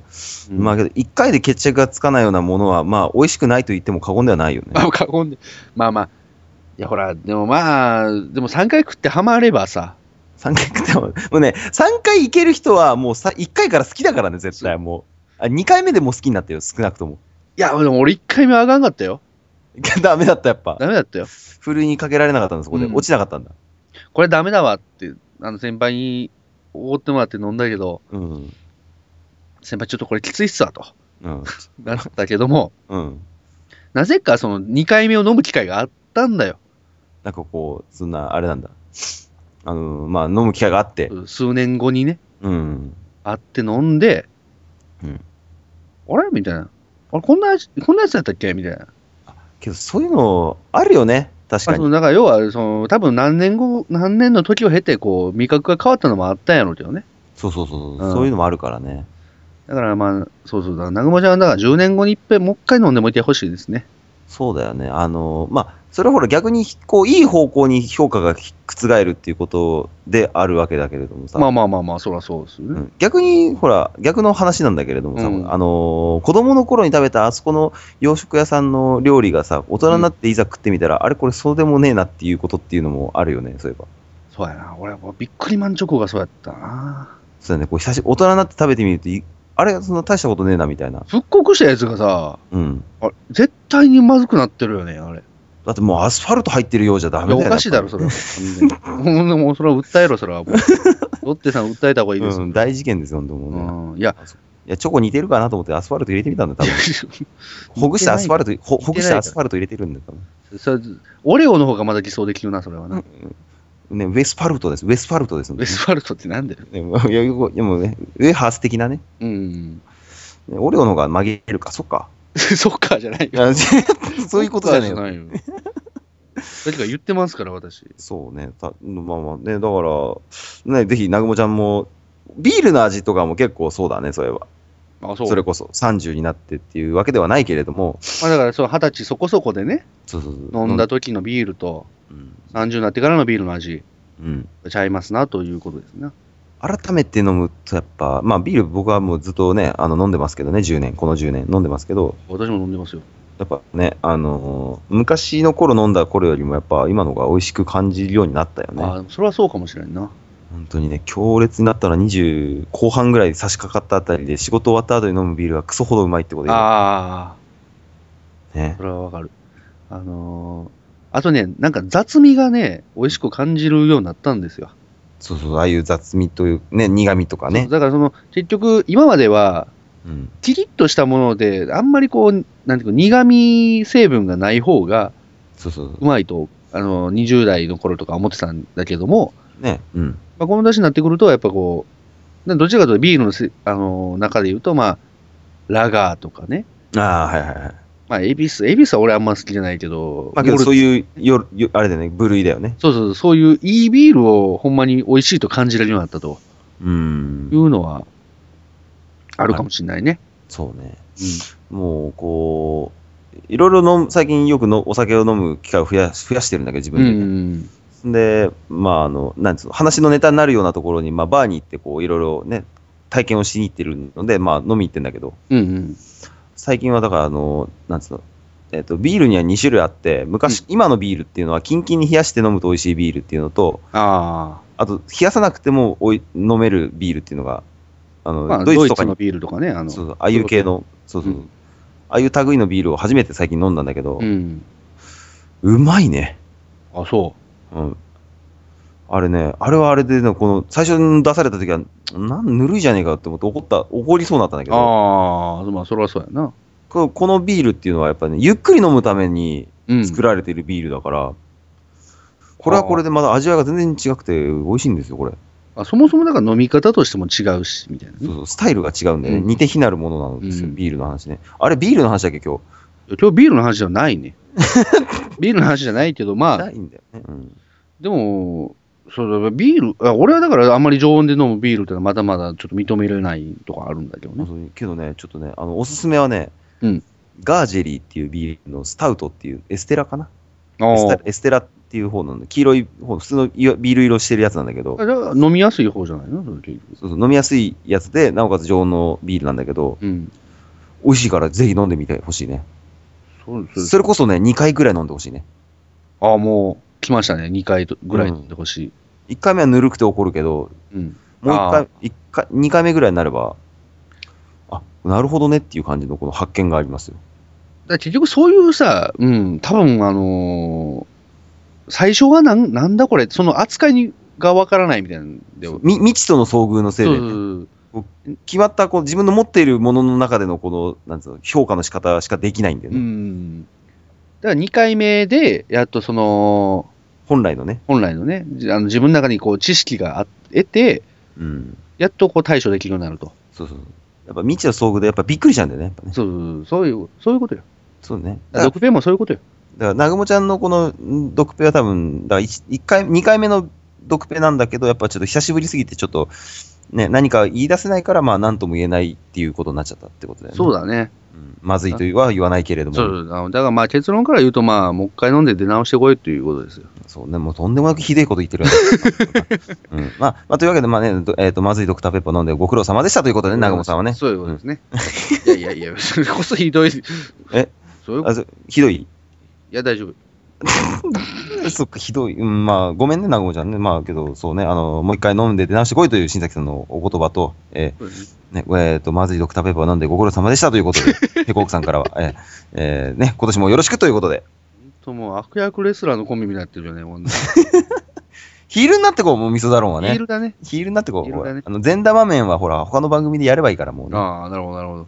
[SPEAKER 2] まあ、けど1回で決着がつかないようなものは、まあ、美味しくないと言っても過言ではないよね。
[SPEAKER 1] まあ、過言で。まあまあ。いや、ほら、でもまあ、でも3回食ってハマればさ、
[SPEAKER 2] 3回食っても、もうね、3回いける人は、もうさ1回から好きだからね、絶対、もう。あ2回目でもう好きになってるよ、少なくとも。
[SPEAKER 1] いや、でも俺1回目はあかんかったよ。
[SPEAKER 2] ダメだった、やっぱ。
[SPEAKER 1] ダメだったよ。
[SPEAKER 2] ふるいにかけられなかったんだ、そこで。
[SPEAKER 1] うん
[SPEAKER 2] 落ちなかったんだ。
[SPEAKER 1] これダメだわって、あの先輩におごってもらって飲んだけど、
[SPEAKER 2] うん。
[SPEAKER 1] 先輩ちょっとこれきついっすわと。
[SPEAKER 2] うん。
[SPEAKER 1] なったけども、
[SPEAKER 2] うん。
[SPEAKER 1] なぜかその2回目を飲む機会があったんだよ。
[SPEAKER 2] なんかこう、そんな、あれなんだ。あの、まあ、飲む機会があって。
[SPEAKER 1] 数年後にね、
[SPEAKER 2] うん。
[SPEAKER 1] 会って飲んで、
[SPEAKER 2] うん。
[SPEAKER 1] あれみたいな。あれこんなやつ、こんなやつだったっけみたいな。
[SPEAKER 2] けど、そういうの、あるよね。確
[SPEAKER 1] あ
[SPEAKER 2] か
[SPEAKER 1] そ
[SPEAKER 2] に
[SPEAKER 1] の。だから要はその、多分何年後、何年の時を経て、こう、味覚が変わったのもあったんやろうけどね。
[SPEAKER 2] そうそうそうそう、
[SPEAKER 1] うん
[SPEAKER 2] そういうのもあるからね。
[SPEAKER 1] だからまあ、そうそうだ、南雲ちゃんはだから10年後にいっぺん、もう一回飲んでもいてほしいですね。
[SPEAKER 2] そうだよね。あの、まあ、それはほら逆に、こう、いい方向に評価が覆るっていうことであるわけだけれどもさ。
[SPEAKER 1] まあまあまあまあ、そらそうですよ
[SPEAKER 2] う
[SPEAKER 1] ね。
[SPEAKER 2] ん逆に、ほら、逆の話なんだけれどもさ、
[SPEAKER 1] うん
[SPEAKER 2] あのー子供の頃に食べたあそこの洋食屋さんの料理がさ、大人になっていざ食ってみたら、あれこれそうでもねえなっていうことっていうのもあるよね、そういえば。
[SPEAKER 1] そうやな。俺、びっくりマンチョコがそうやったな。
[SPEAKER 2] そうだね、こう久し大人になって食べてみるとい、あれそんな大したことねえなみたいな。
[SPEAKER 1] 復刻したやつがさ、
[SPEAKER 2] うん。
[SPEAKER 1] あれ絶対にまずくなってるよね、あれ。
[SPEAKER 2] だってもうアスファルト入ってるようじゃダメ
[SPEAKER 1] いや
[SPEAKER 2] だよ
[SPEAKER 1] お
[SPEAKER 2] ね。
[SPEAKER 1] かしいだろ、それは。完全にもうそれは訴えろ、それは。もう ロッテさん訴えた方がいいです
[SPEAKER 2] う
[SPEAKER 1] よ。
[SPEAKER 2] ん、大事件ですよ、本当
[SPEAKER 1] う
[SPEAKER 2] もうね。い
[SPEAKER 1] ん、いや、
[SPEAKER 2] や、チョコ似てるかなと思ってアスファルト入れてみたんだよ、多分。ほぐしてアスファルト、ほほぐしてアスファルト入れてるんだよ、多分。
[SPEAKER 1] それオレオの方がまだ偽装できるな、それはな。
[SPEAKER 2] ね、ウェスファルトです、ウェスファルトですの
[SPEAKER 1] ウェ
[SPEAKER 2] で。
[SPEAKER 1] スファルトってなんだよ。
[SPEAKER 2] ねいや、よくでもね、ウェハース的なね。
[SPEAKER 1] うん。
[SPEAKER 2] ねオレオの方が曲げるか、そっか。
[SPEAKER 1] そっかじゃない
[SPEAKER 2] い
[SPEAKER 1] よ。
[SPEAKER 2] や そういうことじゃねえよ。
[SPEAKER 1] いよ。誰か言ってますから、私。
[SPEAKER 2] そうね。たまあまあね、だから、ね、ぜひ、なぐもちゃんも、ビールの味とかも結構そうだね、それは。
[SPEAKER 1] あ、そ。
[SPEAKER 2] そうれこそ、30になってっていうわけではないけれども、
[SPEAKER 1] まあ、だから、そう、二十歳そこそこでね、
[SPEAKER 2] そうそうそう
[SPEAKER 1] 飲んだ時のビールと、
[SPEAKER 2] うん。
[SPEAKER 1] 30になってからのビールの味、
[SPEAKER 2] うん。
[SPEAKER 1] ちゃいますな、ということですね。
[SPEAKER 2] 改めて飲むと、やっぱ、まあ、ビール僕はもうずっとね、あの、飲んでますけどね、10年、この10年飲んでますけど、
[SPEAKER 1] 私も飲んでますよ。
[SPEAKER 2] やっぱね、あのー昔の頃飲んだ頃よりも、やっぱ今のが美味しく感じるようになったよね。
[SPEAKER 1] あーそれはそうかもしれんな。
[SPEAKER 2] 本当にね、強烈になったのは20後半ぐらい差し掛かったあたりで、仕事終わった後に飲むビールはクソほどうまいってことで、
[SPEAKER 1] ああ、
[SPEAKER 2] ね
[SPEAKER 1] そ。れはわかる。あのーあとね、なんか雑味がね、美味しく感じるようになったんですよ。
[SPEAKER 2] そうそう、ああいう雑味という、ね、苦味とか
[SPEAKER 1] そ
[SPEAKER 2] ね
[SPEAKER 1] う。だからその、結局、今までは、
[SPEAKER 2] うん。
[SPEAKER 1] キリッとしたもので、あんまりこう、なんていうか、苦味成分がない方が
[SPEAKER 2] そうそう
[SPEAKER 1] う。まいと、あの、20代の頃とか思ってたんだけども、
[SPEAKER 2] ね。うん。
[SPEAKER 1] まあ、この出汁になってくると、やっぱこう、などちらかというとビールのせあの中で言うと、まあ、ラガーとかね、
[SPEAKER 2] ああ、はいはいはい。
[SPEAKER 1] まあ、エビス、エビスは俺あんま好きじゃないけど、
[SPEAKER 2] まあけど、
[SPEAKER 1] モル
[SPEAKER 2] そういうよ、よ、あれだよね、部類だよね。
[SPEAKER 1] そうそう、そういういいビールをほんまに美味しいと感じられるようになったと
[SPEAKER 2] うー
[SPEAKER 1] い
[SPEAKER 2] ん。
[SPEAKER 1] うのは、あるかもしれないね。
[SPEAKER 2] そう
[SPEAKER 1] う
[SPEAKER 2] ね。
[SPEAKER 1] ん
[SPEAKER 2] もう、こう、いろいろ飲む、最近よくのお酒を飲む機会を増やし増やしてるんだけど、自分でね。
[SPEAKER 1] うん。
[SPEAKER 2] で、まあ、あの、なんつうの、話のネタになるようなところに、まあ、バーに行って、こう、いろいろね、体験をしに行ってるので、まあ、飲み行ってんだけど、
[SPEAKER 1] うん。うん。
[SPEAKER 2] 最近はだから、あの、なんつうの、えっと、ビールには2種類あって、昔、今のビールっていうのは、キンキンに冷やして飲むと美味しいビールっていうのと、
[SPEAKER 1] あ
[SPEAKER 2] あと、冷やさなくてもおい飲めるビールっていうのが、あの、
[SPEAKER 1] あ、まあ、
[SPEAKER 2] ドイ
[SPEAKER 1] ド
[SPEAKER 2] ツ
[SPEAKER 1] イ
[SPEAKER 2] とか
[SPEAKER 1] ツ
[SPEAKER 2] に
[SPEAKER 1] のビールとかね、あの、
[SPEAKER 2] そうそう、ああいう系の、そうそう、
[SPEAKER 1] うん
[SPEAKER 2] ああいう類のビールを初めて最近飲んだんだけど、う
[SPEAKER 1] うん。
[SPEAKER 2] まいね。
[SPEAKER 1] あ、そ
[SPEAKER 2] うん。あれね、あれはあれでね、この、最初に出された時は、なん、ぬるいじゃねえかって思って怒った、怒りそうになったんだけ
[SPEAKER 1] う。
[SPEAKER 2] ど、
[SPEAKER 1] ああ、まあ、それはそうやな。
[SPEAKER 2] ここのビールっていうのはやっぱね、ゆっくり飲むために
[SPEAKER 1] うん。
[SPEAKER 2] 作られているビールだから、これはこれでまだ味わいが全然違くて、美味しいんですよ、これ。
[SPEAKER 1] あそもそもだから飲み方としても違うし、みたいなね、
[SPEAKER 2] そうそう、スタイルが違うんだよね。
[SPEAKER 1] うん
[SPEAKER 2] 似て非なるものなんですよ、
[SPEAKER 1] うん
[SPEAKER 2] ビールの話ね。あれ、ビールの話だっけ、今日。
[SPEAKER 1] 今日ビールの話じゃない ね。ビールの話じゃないけど、ま
[SPEAKER 2] な
[SPEAKER 1] あ、
[SPEAKER 2] いんだよね。うん。
[SPEAKER 1] でも、そうだビールあ、俺はだからあんまり常温で飲むビールってのはまだまだちょっと認められないとかあるんだけど
[SPEAKER 2] ま
[SPEAKER 1] ね。
[SPEAKER 2] あそういうけどね、ちょっとね、あの、おすすめはね、
[SPEAKER 1] うん
[SPEAKER 2] ガージェリーっていうビールのスタウトっていう、エステラかなエス
[SPEAKER 1] あ
[SPEAKER 2] テラエステラっていう方なんで、黄色い方、普通のいわビール色してるやつなんだけど、
[SPEAKER 1] あ。じゃあ飲みやすい方じゃないのそれ結局
[SPEAKER 2] そうそう飲みやすいやつで、なおかつ常温のビールなんだけど、
[SPEAKER 1] うん。
[SPEAKER 2] 美味しいからぜひ飲んでみてほしいね。
[SPEAKER 1] そうです。
[SPEAKER 2] それこそね、2回ぐらい飲んでほしいね。
[SPEAKER 1] ああ、もう来ましたね。2回とぐらい飲んでほしい。
[SPEAKER 2] 1回目はぬるくて怒るけど、
[SPEAKER 1] うん。
[SPEAKER 2] もう1
[SPEAKER 1] あ
[SPEAKER 2] 回、一回2回目ぐらいになれば、あ、なるほどねっていう感じのこの発見がありますよ。
[SPEAKER 1] だから結局そういうさ、うん、多分あのー最初はなんなんだこれ、その扱いにがわからないみたいなんで。
[SPEAKER 2] そうみ未知との遭遇のせい
[SPEAKER 1] そう
[SPEAKER 2] で
[SPEAKER 1] そう
[SPEAKER 2] ね、
[SPEAKER 1] そう
[SPEAKER 2] 決まったこう自分の持っているものの中でのこのなんつうの評価の仕方しかできないんだよ
[SPEAKER 1] う
[SPEAKER 2] ね、
[SPEAKER 1] ん。だから2回目で、やっとその、
[SPEAKER 2] 本来のね、
[SPEAKER 1] 本来のね、じあの自分の中にこう知識があ得て、
[SPEAKER 2] うん、
[SPEAKER 1] やっとこう対処できるようになると。
[SPEAKER 2] そうそうそうやっぱ未知の遭遇でやっぱびっくりしちゃうんだよねやっぱね
[SPEAKER 1] そうそうそうそういう、そういうことよ。
[SPEAKER 2] そうねだから
[SPEAKER 1] 毒ペンもそういうことよ。
[SPEAKER 2] だから南雲ちゃんのこのん毒ペは多分だから一一回2回目の毒ペなんだけどやっぱちょっと久しぶりすぎてちょっとね何か言い出せないからまあ何とも言えないっていうことになっちゃったってことだよね
[SPEAKER 1] そう、だね。
[SPEAKER 2] うんまずいとは言わないけれども
[SPEAKER 1] そうそうだからまあ結論から言うと、まあ、もう一回飲んで出直してこいということですよ。
[SPEAKER 2] そうね、もうとんでもなくひでえこと言ってるわ うんまあまあ、というわけで、まあねどえーと、まずいドクターペッパー飲んでご苦労様でしたということでね、南雲さんはね。
[SPEAKER 1] そういうことですね。いやいやいや、 それこそひどい。
[SPEAKER 2] え
[SPEAKER 1] そういうこと
[SPEAKER 2] あそうひどい。
[SPEAKER 1] いや、大丈夫。
[SPEAKER 2] そっか、ひどい。うん、まあ、ごめんね、南雲ちゃんね。まあ、けど、そうね、あの、もう一回飲んで出直してこいという新崎さんのお言葉と、え
[SPEAKER 1] そうですね
[SPEAKER 2] ーね、えーと、まずいドクターペッパー飲んでご苦労様でしたということ で、ペコークさんからは、えーえーね、今年もよろしくということで、
[SPEAKER 1] ほんともう悪役レスラーのコンビになってるよね、もうね。
[SPEAKER 2] ヒールになってこう、もう味噌だろうは
[SPEAKER 1] ヒー
[SPEAKER 2] ね。
[SPEAKER 1] ルだね。
[SPEAKER 2] ヒールになってこ
[SPEAKER 1] ヒ
[SPEAKER 2] う。
[SPEAKER 1] ールだね
[SPEAKER 2] あの、前座場面は、ほら、他の番組でやればいいから、もうね。
[SPEAKER 1] ああ、なるほど、なるほど。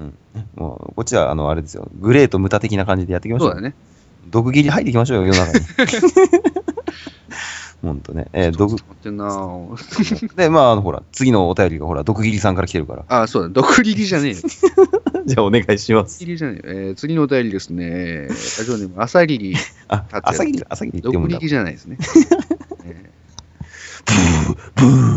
[SPEAKER 2] もう、こっちは、あの、あれですよ。グレーとムタ的な感じでやっていきましょ。
[SPEAKER 1] そううだね。
[SPEAKER 2] 毒斬り入っていきましょうよ、世 の中に。 ほんとね。えー毒、
[SPEAKER 1] 待ってんなぁ
[SPEAKER 2] で、まあ、あの、ほら、次のお便りが、ほら、毒斬りさんから来て るから。
[SPEAKER 1] ああ、そうだ。毒斬りじゃ ねえよ。毒
[SPEAKER 2] じゃあ、お願いします。
[SPEAKER 1] 斬りじゃねえよ。えー次のお便りですね。えーラジオネーム、朝霧。
[SPEAKER 2] あ、
[SPEAKER 1] あ
[SPEAKER 2] 朝霧、朝霧って読
[SPEAKER 1] 毒
[SPEAKER 2] むんだ
[SPEAKER 1] 力。じゃないです ね。えー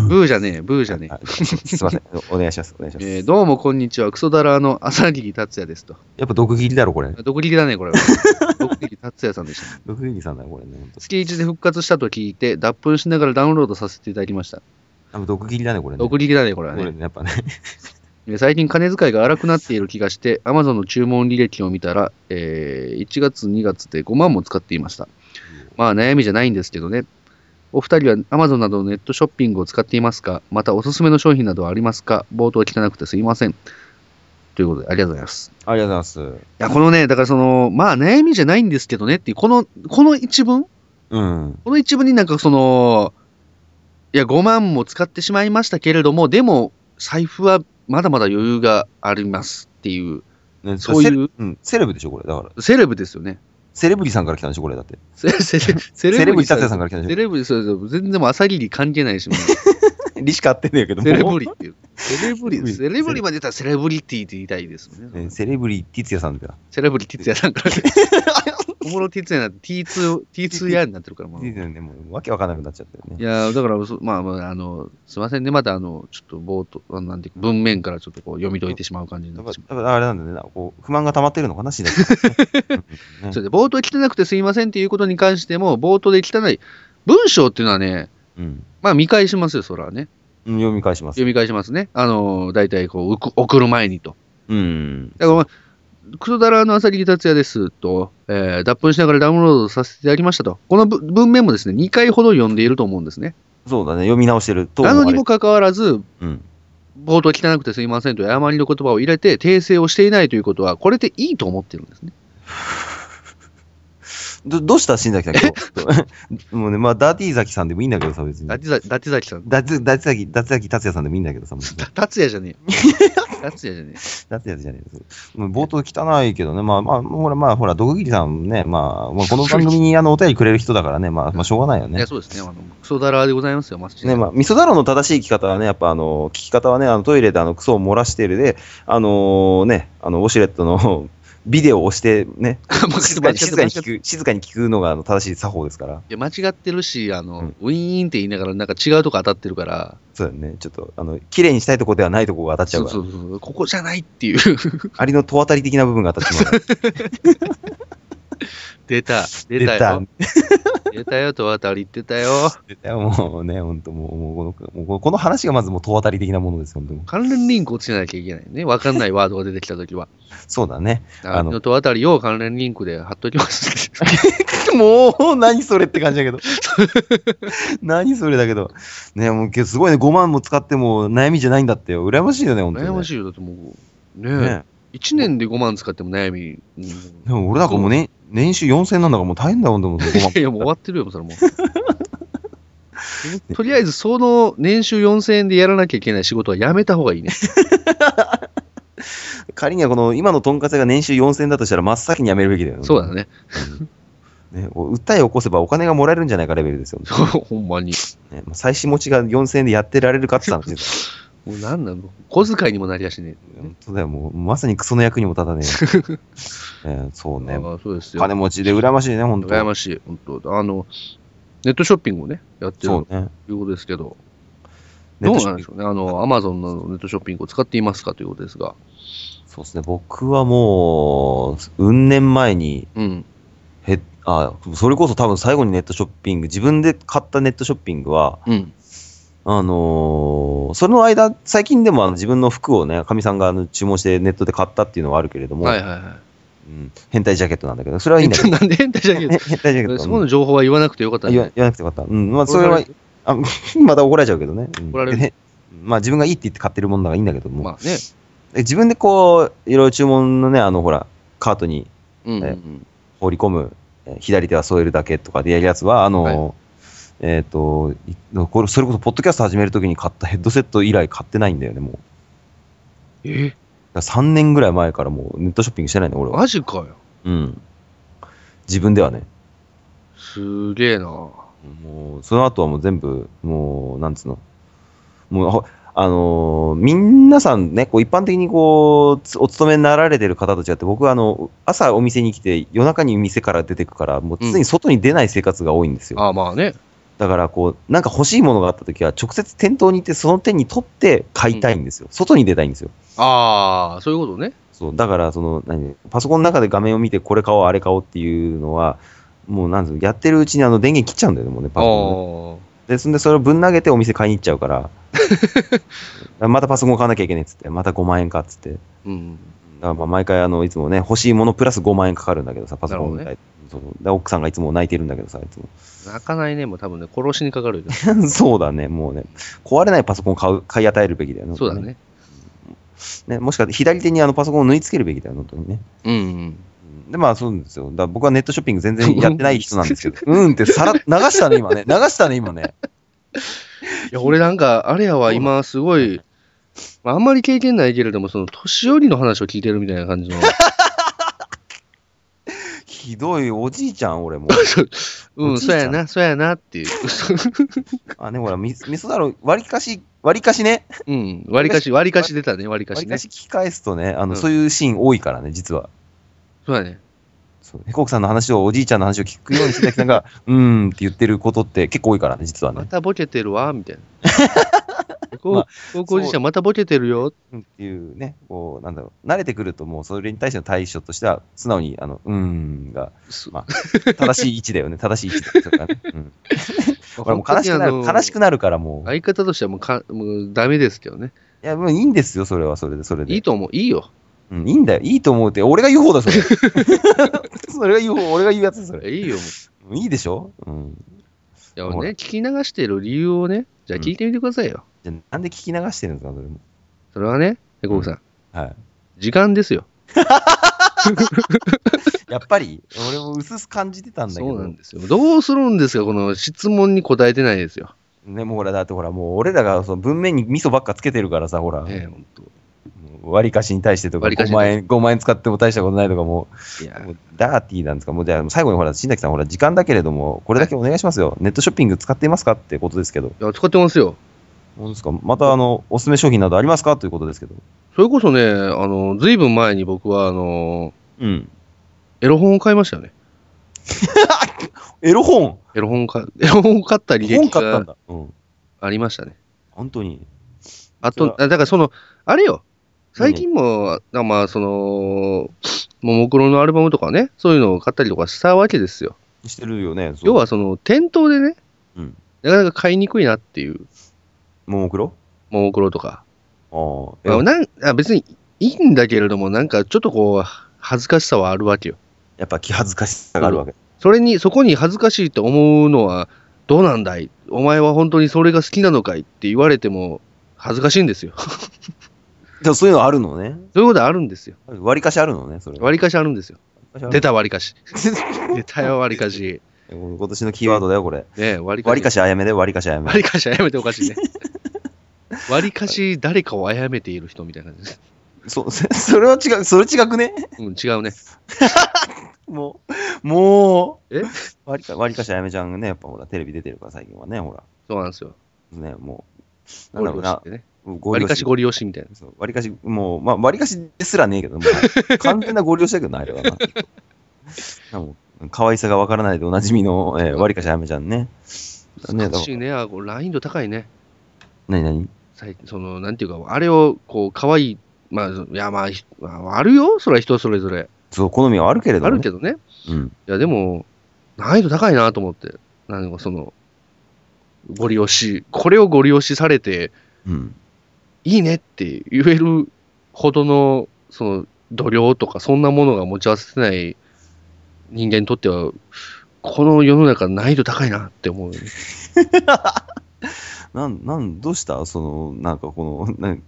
[SPEAKER 1] ブーじゃねえ、ブーじゃね
[SPEAKER 2] あすいません。おお願いします。お願いしま
[SPEAKER 1] え
[SPEAKER 2] す。
[SPEAKER 1] えー。どうもこんにちは、クソダラーの朝霧達也ですと。
[SPEAKER 2] やっぱ毒斬りだろ、これ。
[SPEAKER 1] 毒力だね、こ れは。毒力達也さんでした。
[SPEAKER 2] 毒斬りさんだよ、これね。ほんと
[SPEAKER 1] 月1で復活したと聞いて、脱粉しながらダウンロードさせていただきました。
[SPEAKER 2] あ毒斬りだね、これね。
[SPEAKER 1] 毒力だね、これは
[SPEAKER 2] これ
[SPEAKER 1] ね。
[SPEAKER 2] ね、やっぱね。
[SPEAKER 1] えー最近金遣いが荒くなっている気がして、Amazon の注文履歴を見たら、えー1月、2月で5万も使っていました。まあ悩みじゃないんですけどね。お二人は Amazon などのネットショッピングを使っていますかまたおすすめの商品などはありますか冒頭汚くてすいません。ということで、ありがとうございます。
[SPEAKER 2] ありがとうございます。
[SPEAKER 1] いや、このね、だからその、まあ悩みじゃないんですけどねっていう、この、この一文
[SPEAKER 2] うん。
[SPEAKER 1] この一文になんかその、いや、5万も使ってしまいましたけれども、でも、財布はまだまだ余裕がありますっていう、
[SPEAKER 2] ね
[SPEAKER 1] そういう
[SPEAKER 2] セレブうん。セレブでしょ、これ。だから。
[SPEAKER 1] セレブですよね。
[SPEAKER 2] セレブリさんから来たんでしょ、これ。だって。
[SPEAKER 1] セセレセ
[SPEAKER 2] セレブリ
[SPEAKER 1] さ
[SPEAKER 2] 達也さんから来たんで
[SPEAKER 1] セ
[SPEAKER 2] し
[SPEAKER 1] レブリ、そうそう全然もう朝霧関係ないし、もう
[SPEAKER 2] ょ。リしか合ってんだけども。
[SPEAKER 1] セレブリっていう。セレブ
[SPEAKER 2] セレブリ
[SPEAKER 1] リ、セレブリまで言ったらセレブリティって言いたいですよ
[SPEAKER 2] ね
[SPEAKER 1] ね。
[SPEAKER 2] セレブリティツヤさんだよ。
[SPEAKER 1] セレブリ哲也さん から。小室哲也なんて T2、T2 r になってるから、もう。
[SPEAKER 2] い
[SPEAKER 1] い
[SPEAKER 2] いですよね、もうわけわかんなくなっちゃったよね。
[SPEAKER 1] やーだからそ、まあまあ、あの、すいませんね。また、あの、ちょっと冒頭、あのなんていうか文面からちょっとこう読み解いてしまう感じにな
[SPEAKER 2] や
[SPEAKER 1] っ
[SPEAKER 2] って
[SPEAKER 1] し
[SPEAKER 2] ぱ
[SPEAKER 1] まう
[SPEAKER 2] やっぱあれなんだね、なんかこう不満が溜まってるのかな、し だうん
[SPEAKER 1] それで冒頭汚くてすいませんっていうことに関しても、冒頭で汚い文章っていうのはね、
[SPEAKER 2] うん
[SPEAKER 1] まあ見返しますよ、それはね。
[SPEAKER 2] うん読み返します。
[SPEAKER 1] 読み返しますね。あのー、大体こう、うく送る前にと。
[SPEAKER 2] うん。
[SPEAKER 1] だからまあ、クソダラの浅利達也ですと、えー脱粉しながらダウンロードさせてやりましたと。このぶ文面もですね、2回ほど読んでいると思うんですね。
[SPEAKER 2] そうだね、読み直してると思
[SPEAKER 1] な
[SPEAKER 2] われ
[SPEAKER 1] の
[SPEAKER 2] る
[SPEAKER 1] にもかかわらず、
[SPEAKER 2] うん。
[SPEAKER 1] 冒頭汚くてすいませんという誤りの言葉を入れて訂正をしていないということは、これでいいと思ってるんですね。
[SPEAKER 2] ど、どうした新崎さん今 日もうね、まあ、ダーティーザキさんでもいいんだけどさ、別に。
[SPEAKER 1] だ
[SPEAKER 2] ダ
[SPEAKER 1] てざだてざきさん。
[SPEAKER 2] ダーティーザキ、ダーティーザキ達也さんでもいいんだけどさ、もうダ
[SPEAKER 1] 達也じゃ ねえ。達也じゃねえ。
[SPEAKER 2] ーティーザキじゃねえです。もう冒頭汚いけどね、まあまあ、ほら、まあほら、毒斬りさんね、まあ、まあ、この番組にあのお便りくれる人だからね、まあ、まあ、しょうがないよ
[SPEAKER 1] い
[SPEAKER 2] ね
[SPEAKER 1] や、。そうですね。あのクソダラでございますよ、マスチン
[SPEAKER 2] ね、まあ、味噌だろの正しい聞き方はね、やっぱあの、聞き方はね、あのトイレであのクソを漏らしているで、あのね、あの、ウォシュレットの ビデオを押してね、静かに、静かに聞く、静かに聞くのがあの正しい作法ですから。
[SPEAKER 1] いや、間違ってるし、あの、
[SPEAKER 2] うん
[SPEAKER 1] ウィーンって言いながら、なんか違うとこ当たってるから、
[SPEAKER 2] そうだね。ちょっと、あの、綺麗にしたいとこではないとこが当たっちゃう
[SPEAKER 1] そ
[SPEAKER 2] か
[SPEAKER 1] う
[SPEAKER 2] ら。
[SPEAKER 1] そうそう、ここじゃないっていう。
[SPEAKER 2] アリの戸当たり的な部分が当たっちまう。
[SPEAKER 1] 出た、出
[SPEAKER 2] 出
[SPEAKER 1] た
[SPEAKER 2] た
[SPEAKER 1] よ。。出たよ、と渡り出たよ。
[SPEAKER 2] 出たよもうね、本当もう、もうこの、もうこの話がまずもう戸当たり的なものです、本当に
[SPEAKER 1] 関連リンクをつけなきゃいけないね。わかんないワードが出てきたときは。
[SPEAKER 2] そうだね。
[SPEAKER 1] あ
[SPEAKER 2] あの
[SPEAKER 1] の、と渡りを関連リンクで貼っときます。
[SPEAKER 2] もう、何それって感じだ けど。何それだけど。ね、もうけどすごいね、5万も使っても悩みじゃないんだってよ。羨ましいよね、本当に、
[SPEAKER 1] 悩まし
[SPEAKER 2] い。
[SPEAKER 1] いよ、だってもう、
[SPEAKER 2] ね
[SPEAKER 1] ね、一1年で5万使っても悩み。うん
[SPEAKER 2] でも俺なんかもうね、年収4000なんだからもう大変だよ、ほんともう5万
[SPEAKER 1] い。や、もう終わってるよ、それもう。とりあえず、その年収4000円でやらなきゃいけない仕事はやめた方がいいね。
[SPEAKER 2] 仮にはこの、今のとんかつ屋が年収4000だとしたら真っ先にやめるべきだよ。
[SPEAKER 1] そうだね。
[SPEAKER 2] ね、こう訴えを起こせばお金がもらえるんじゃないかレベルですよね。
[SPEAKER 1] ほんまに。
[SPEAKER 2] ねまあ、妻子持ちが4000円でやってられるかって話です。
[SPEAKER 1] もうなんなの小遣いにもなりやしね
[SPEAKER 2] 本当だよ、もう、まさにクソの役にも立たねえよ。えーそう
[SPEAKER 1] え。
[SPEAKER 2] ね。
[SPEAKER 1] ああそうですよ。
[SPEAKER 2] 金持ちで羨ましいね、本当
[SPEAKER 1] 羨ましい。本当あの、ネットショッピングをね、やって
[SPEAKER 2] そ
[SPEAKER 1] る
[SPEAKER 2] うね。
[SPEAKER 1] ということですけど、
[SPEAKER 2] ネ
[SPEAKER 1] ど
[SPEAKER 2] ッ
[SPEAKER 1] う
[SPEAKER 2] トショ
[SPEAKER 1] なん
[SPEAKER 2] ッピ
[SPEAKER 1] でし
[SPEAKER 2] ング
[SPEAKER 1] ょうね。あの、アマゾンのネットショッピングを使っていますかということですが。
[SPEAKER 2] そうですね。僕はもう、うん年前に、
[SPEAKER 1] うん。
[SPEAKER 2] へあ、それこそ多分最後にネットショッピング、自分で買ったネットショッピングは、
[SPEAKER 1] うん。
[SPEAKER 2] あのーその間、最近でもあの自分の服をね、かみさんがあの注文してネットで買ったっていうのはあるけれども、
[SPEAKER 1] はいはいは
[SPEAKER 2] うん、変態ジャケットなんだけど、それはい
[SPEAKER 1] い。
[SPEAKER 2] いんだけど、
[SPEAKER 1] なんで変態じゃ
[SPEAKER 2] 変
[SPEAKER 1] ん
[SPEAKER 2] 態ジャケット。
[SPEAKER 1] そこの情報は言わなくてよかった
[SPEAKER 2] あ言わ
[SPEAKER 1] ね。
[SPEAKER 2] 言わなくてよかった。うん、まあ、それは、あ また怒られちゃうけどね。うん
[SPEAKER 1] 怒られる
[SPEAKER 2] でねまあ、自分がいいって言って買ってるもんだからいいんだけども、
[SPEAKER 1] まあね。
[SPEAKER 2] え自分でこう、いろいろ注文のね、あの、ほら、カートに
[SPEAKER 1] うんうん
[SPEAKER 2] え
[SPEAKER 1] うん。
[SPEAKER 2] 放り込む、えー左手は添えるだけとかでやるやつは、あの、
[SPEAKER 1] は
[SPEAKER 2] えっ、と、いこれ、それこそ、ポッドキャスト始めるときに買ったヘッドセット以来買ってないんだよね、もう。
[SPEAKER 1] え、
[SPEAKER 2] だから3年ぐらい前からもうネットショッピングしてないの、俺は。
[SPEAKER 1] マジかよ。
[SPEAKER 2] うん。自分ではね。
[SPEAKER 1] すげえな。
[SPEAKER 2] もう、その後はもう全部、もう、なんつうの。もう、ほあのーみんなさんね、こう一般的にこう、つお勤めになられてる方と違って、僕はあの、朝お店に来て、夜中に店から出てくから、もう常に外に出ない生活が多いんですよ。
[SPEAKER 1] ああ、まあね。
[SPEAKER 2] だからこう、なんか欲しいものがあった時は、直接店頭に行って、その手に取って買いたいんですよ。外に出たいんですよ。
[SPEAKER 1] ああ、そういうことね。
[SPEAKER 2] そう、だから、その、何、パソコンの中で画面を見て、これ買おう、あれ買おうっていうのは、もうなんつうの、やってるうちにあの、電源切っちゃうんだよね、もうね、
[SPEAKER 1] あ
[SPEAKER 2] パ
[SPEAKER 1] あ
[SPEAKER 2] ソコンの
[SPEAKER 1] ー。
[SPEAKER 2] ね。で、そんでそれをぶん投げてお店買いに行っちゃ うから、またパソコン買わなきゃいけないっつって、また5万円かっつって。だか
[SPEAKER 1] うん。
[SPEAKER 2] らまあ毎回あの、いつもね、欲しいものプラス5万円かかるんだけどさ、パソコン
[SPEAKER 1] な
[SPEAKER 2] 代、そうで奥さんがいつも 泣いてるんだけどさ、いつ
[SPEAKER 1] 泣かないね、もう多分ね、殺しにかかるよ。
[SPEAKER 2] も。 そうだね、もうね、壊れないパソコンを買う買い与えるべきだよね。
[SPEAKER 1] そうだね。
[SPEAKER 2] ね。もしくは左手にあのパソコンを縫い付けるべきだよね、本当にね。
[SPEAKER 1] うん うん。
[SPEAKER 2] で、まあそうなんですよ。だから僕はネットショッピング 全然やってない人なんですけど、うんってさら、流したね、今ね。流したね、今ね。
[SPEAKER 1] いや、俺なんか、あれやわ、今すごい、まああんまり経験ないけれども、その、年寄りの話を聞いてるみたいな感じの、
[SPEAKER 2] ひどいおじいちゃん、俺も
[SPEAKER 1] う
[SPEAKER 2] う。お
[SPEAKER 1] ん、
[SPEAKER 2] じいち
[SPEAKER 1] そう
[SPEAKER 2] ゃん
[SPEAKER 1] やな、そうやなっていう。
[SPEAKER 2] あね、ほら、み、みそだろ、割りかし、割りかしね、
[SPEAKER 1] うん、割りかし、割りかし出たね、割りか
[SPEAKER 2] 割
[SPEAKER 1] し
[SPEAKER 2] り
[SPEAKER 1] ね
[SPEAKER 2] か。し聞き返すとね、あ
[SPEAKER 1] う
[SPEAKER 2] の、
[SPEAKER 1] ん
[SPEAKER 2] そういうシーン多いからね、実は。
[SPEAKER 1] そうだね。
[SPEAKER 2] そう。ヘコクさんの話を、おじいちゃんの話を聞くようにしてたさんが、 うーんって言ってることって結構多いからね、実は
[SPEAKER 1] ま
[SPEAKER 2] ね。
[SPEAKER 1] たボケてるわ、みたいな。
[SPEAKER 2] ま
[SPEAKER 1] 高
[SPEAKER 2] あ
[SPEAKER 1] 高校時代またボケてるよ。
[SPEAKER 2] うんっていうね、こう、なんだろう、慣れてくるともう、それに対しての対処としては、素直に、あの、うーんが、
[SPEAKER 1] そ
[SPEAKER 2] まあ、正しい位置だよね、 正しい位置だからね。 うん。ほら、もう悲しくな
[SPEAKER 1] 本
[SPEAKER 2] る、
[SPEAKER 1] 当にあの
[SPEAKER 2] 悲しくなるからもう。
[SPEAKER 1] 相
[SPEAKER 2] い
[SPEAKER 1] 方としてはもうかもうダメですけどね。
[SPEAKER 2] や、もういいんですよ、それはそれで、それで。
[SPEAKER 1] いいと思う。いいよ。
[SPEAKER 2] うん、いいんだよ。いいと思うって。俺が言う方だ、それ。 それが言う方、俺が言うやつ、それ。
[SPEAKER 1] いいよ、も
[SPEAKER 2] いいでしょうん。
[SPEAKER 1] う。いや
[SPEAKER 2] ほら
[SPEAKER 1] ね、聞き流してる理由をね、じゃあ聞いてみてくださいよ。
[SPEAKER 2] じゃあなんで聞き流してるんですか、それも。
[SPEAKER 1] それはね、猫コさん、
[SPEAKER 2] はい。
[SPEAKER 1] 時間ですよ。
[SPEAKER 2] やっぱり、俺も薄々感じてたんだけど。
[SPEAKER 1] そうなんですよ。どうするんですか、この質問に答えてないですよ。
[SPEAKER 2] ね、もうほら、だってほら、もう俺らがその文面に味噌ばっかつけてるからさ、ほら、
[SPEAKER 1] ねえ、本
[SPEAKER 2] もう割りかしに対してとか、
[SPEAKER 1] 割りかし
[SPEAKER 2] 5
[SPEAKER 1] に対
[SPEAKER 2] 万
[SPEAKER 1] し
[SPEAKER 2] 円、5万円使っても大したことないとか、も
[SPEAKER 1] 当。いや
[SPEAKER 2] う、もうダーティーなんですか、もうじゃあ最後にほら、新崎さん、ほら、時間だけれども、これだけお願いしますよ。ネットショッピング使っていますかってことですけど、
[SPEAKER 1] いや、使ってますよ。
[SPEAKER 2] なんですか、また、あの、おすすめ商品などありますかということですけど。
[SPEAKER 1] それこそね、あの、ずいぶん前に僕は、あの、
[SPEAKER 2] うん。
[SPEAKER 1] エロ本を買いましたよね。
[SPEAKER 2] エロ本
[SPEAKER 1] エロ本か、 エロ本を買った履
[SPEAKER 2] 本
[SPEAKER 1] 歴
[SPEAKER 2] 買った
[SPEAKER 1] が
[SPEAKER 2] んだ。うん。
[SPEAKER 1] ありましたね。
[SPEAKER 2] 本当に。
[SPEAKER 1] あ
[SPEAKER 2] そ
[SPEAKER 1] と、
[SPEAKER 2] れは
[SPEAKER 1] あだからその、あれよ、最近も、あまあ、その、ももクロのアルバムとかね、そういうのを買ったりとかしたわけですよ。
[SPEAKER 2] してるよね。そう
[SPEAKER 1] 要は、その、店頭でね、
[SPEAKER 2] うん。
[SPEAKER 1] なかなか買いにくいなっていう、
[SPEAKER 2] ももクロ
[SPEAKER 1] ももクロとか。
[SPEAKER 2] ああ。
[SPEAKER 1] まあ
[SPEAKER 2] え
[SPEAKER 1] なんあ別にいいんだけれども、なんかちょっとこう、恥ずかしさはあるわけよ。
[SPEAKER 2] やっぱ気恥ずかしさがあるわけ。
[SPEAKER 1] それに、そこに恥ずかしいと思うのは、どうなんだいお前は本当にそれが好きなのかいって言われても、恥ずかしいんですよ。
[SPEAKER 2] でもそういうのあるのね。
[SPEAKER 1] そういうことあるんですよ。
[SPEAKER 2] 割りかしあるのね、それは。
[SPEAKER 1] 割りかしあるんですよ。出
[SPEAKER 2] 出た。
[SPEAKER 1] た割りかし。出たよ割りかし。
[SPEAKER 2] 今年のキーワードだよ、これ。
[SPEAKER 1] ねえ、割りかし。
[SPEAKER 2] 割りかしあやめで、割りかしあやめ。
[SPEAKER 1] 割りかしはやめておかしいね。割りかし誰かを殺めている人みたいな感じです。
[SPEAKER 2] そ、 そそれは違う、それ違くね
[SPEAKER 1] うん、違うね。
[SPEAKER 2] もう、もう。
[SPEAKER 1] え
[SPEAKER 2] 割りか、割りかしあやめちゃんがね、やっぱほら、テレビ出てるから、最近はね、ほら。
[SPEAKER 1] そうなんですよ。
[SPEAKER 2] ね、もう。なん
[SPEAKER 1] ゴ
[SPEAKER 2] だ
[SPEAKER 1] リ押しって。
[SPEAKER 2] ろうな
[SPEAKER 1] ね。
[SPEAKER 2] ゴ
[SPEAKER 1] 割り
[SPEAKER 2] リ押
[SPEAKER 1] かし
[SPEAKER 2] し
[SPEAKER 1] ゴリ押しみたいな。
[SPEAKER 2] そう割りかし、もう、まあ、割りかしですらねえけど、も う完全なゴリ押しだけどな、あれはな。なんかもう可愛さがわからないでおなじみの、えー割りかしあやめちゃんね。ね、だ
[SPEAKER 1] 難
[SPEAKER 2] か
[SPEAKER 1] しい
[SPEAKER 2] ら
[SPEAKER 1] ね。あ、これ難易度高いね。
[SPEAKER 2] 何何
[SPEAKER 1] 最その、なんていうか、あれを、こう、可愛い、まあ、いや、まあひ、まああるよ。それは人それぞれ。
[SPEAKER 2] そう、好みはあるけれど
[SPEAKER 1] あ
[SPEAKER 2] も
[SPEAKER 1] る
[SPEAKER 2] ね、
[SPEAKER 1] けどね。
[SPEAKER 2] うん。
[SPEAKER 1] いや、でも、難易度高いなと思って。なんか、その、ゴリ押し。これをゴリ押しされて、
[SPEAKER 2] うん。
[SPEAKER 1] いいねって言えるほどの、その、度量とか、そんなものが持ち合わせてない人間にとっては、この世の中難易度高いなって思うよね。
[SPEAKER 2] なん、なん、どうしたその、なんかこの、なん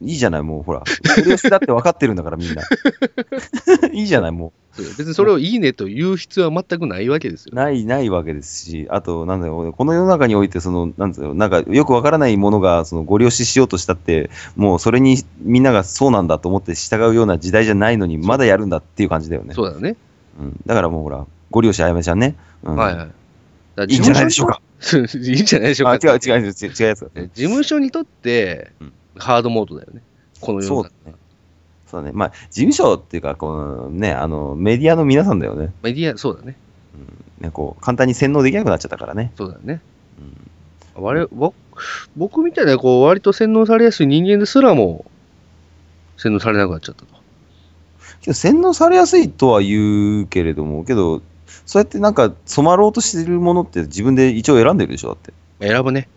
[SPEAKER 2] いいじゃない、もうほら。ゴリ押しだって分かってるんだから、みんな。 いいじゃない、も
[SPEAKER 1] そうよ別にそれをいいねと言う必要は全くないわけです
[SPEAKER 2] う。
[SPEAKER 1] よ。
[SPEAKER 2] ない、ないわけですし、あと、なんだろう、この世の中において、その、なんつうの、なんか、よく分からないものが、その、ゴリ押ししようとしたって、もう、それに、みんながそうなんだと思って従うような時代じゃないのに、まだやるんだっていう感じだよね。
[SPEAKER 1] そうだね。
[SPEAKER 2] うん。だからもう、ほら、ゴリ押しあやめちゃんね。うん。
[SPEAKER 1] はいはい。だ
[SPEAKER 2] いいんじゃないでしょうか。
[SPEAKER 1] か。いいんじゃないでしょうか。
[SPEAKER 2] あ、違う、違う、違う、違う違うやつだ。
[SPEAKER 1] ね事務所にとって
[SPEAKER 2] うん、
[SPEAKER 1] ハードモードだよね。この世
[SPEAKER 2] そ
[SPEAKER 1] の
[SPEAKER 2] う
[SPEAKER 1] 中。
[SPEAKER 2] だね。そうだね。まあ、事務所っていうか、このね、あの、メディアの皆さんだよね。
[SPEAKER 1] メディア、そうだね。
[SPEAKER 2] うん、ね、こう、簡単に洗脳できなくなっちゃったからね。
[SPEAKER 1] そうだね。
[SPEAKER 2] うん、
[SPEAKER 1] 我々僕僕みたいな、こう、割と洗脳されやすい人間ですらも、洗脳されなくなっちゃったと。
[SPEAKER 2] けど、洗脳されやすいとは言うけれども、けど、そうやってなんか染まろうとしてるものって自分で一応選んでるでしょ、だって。
[SPEAKER 1] 選ぶね。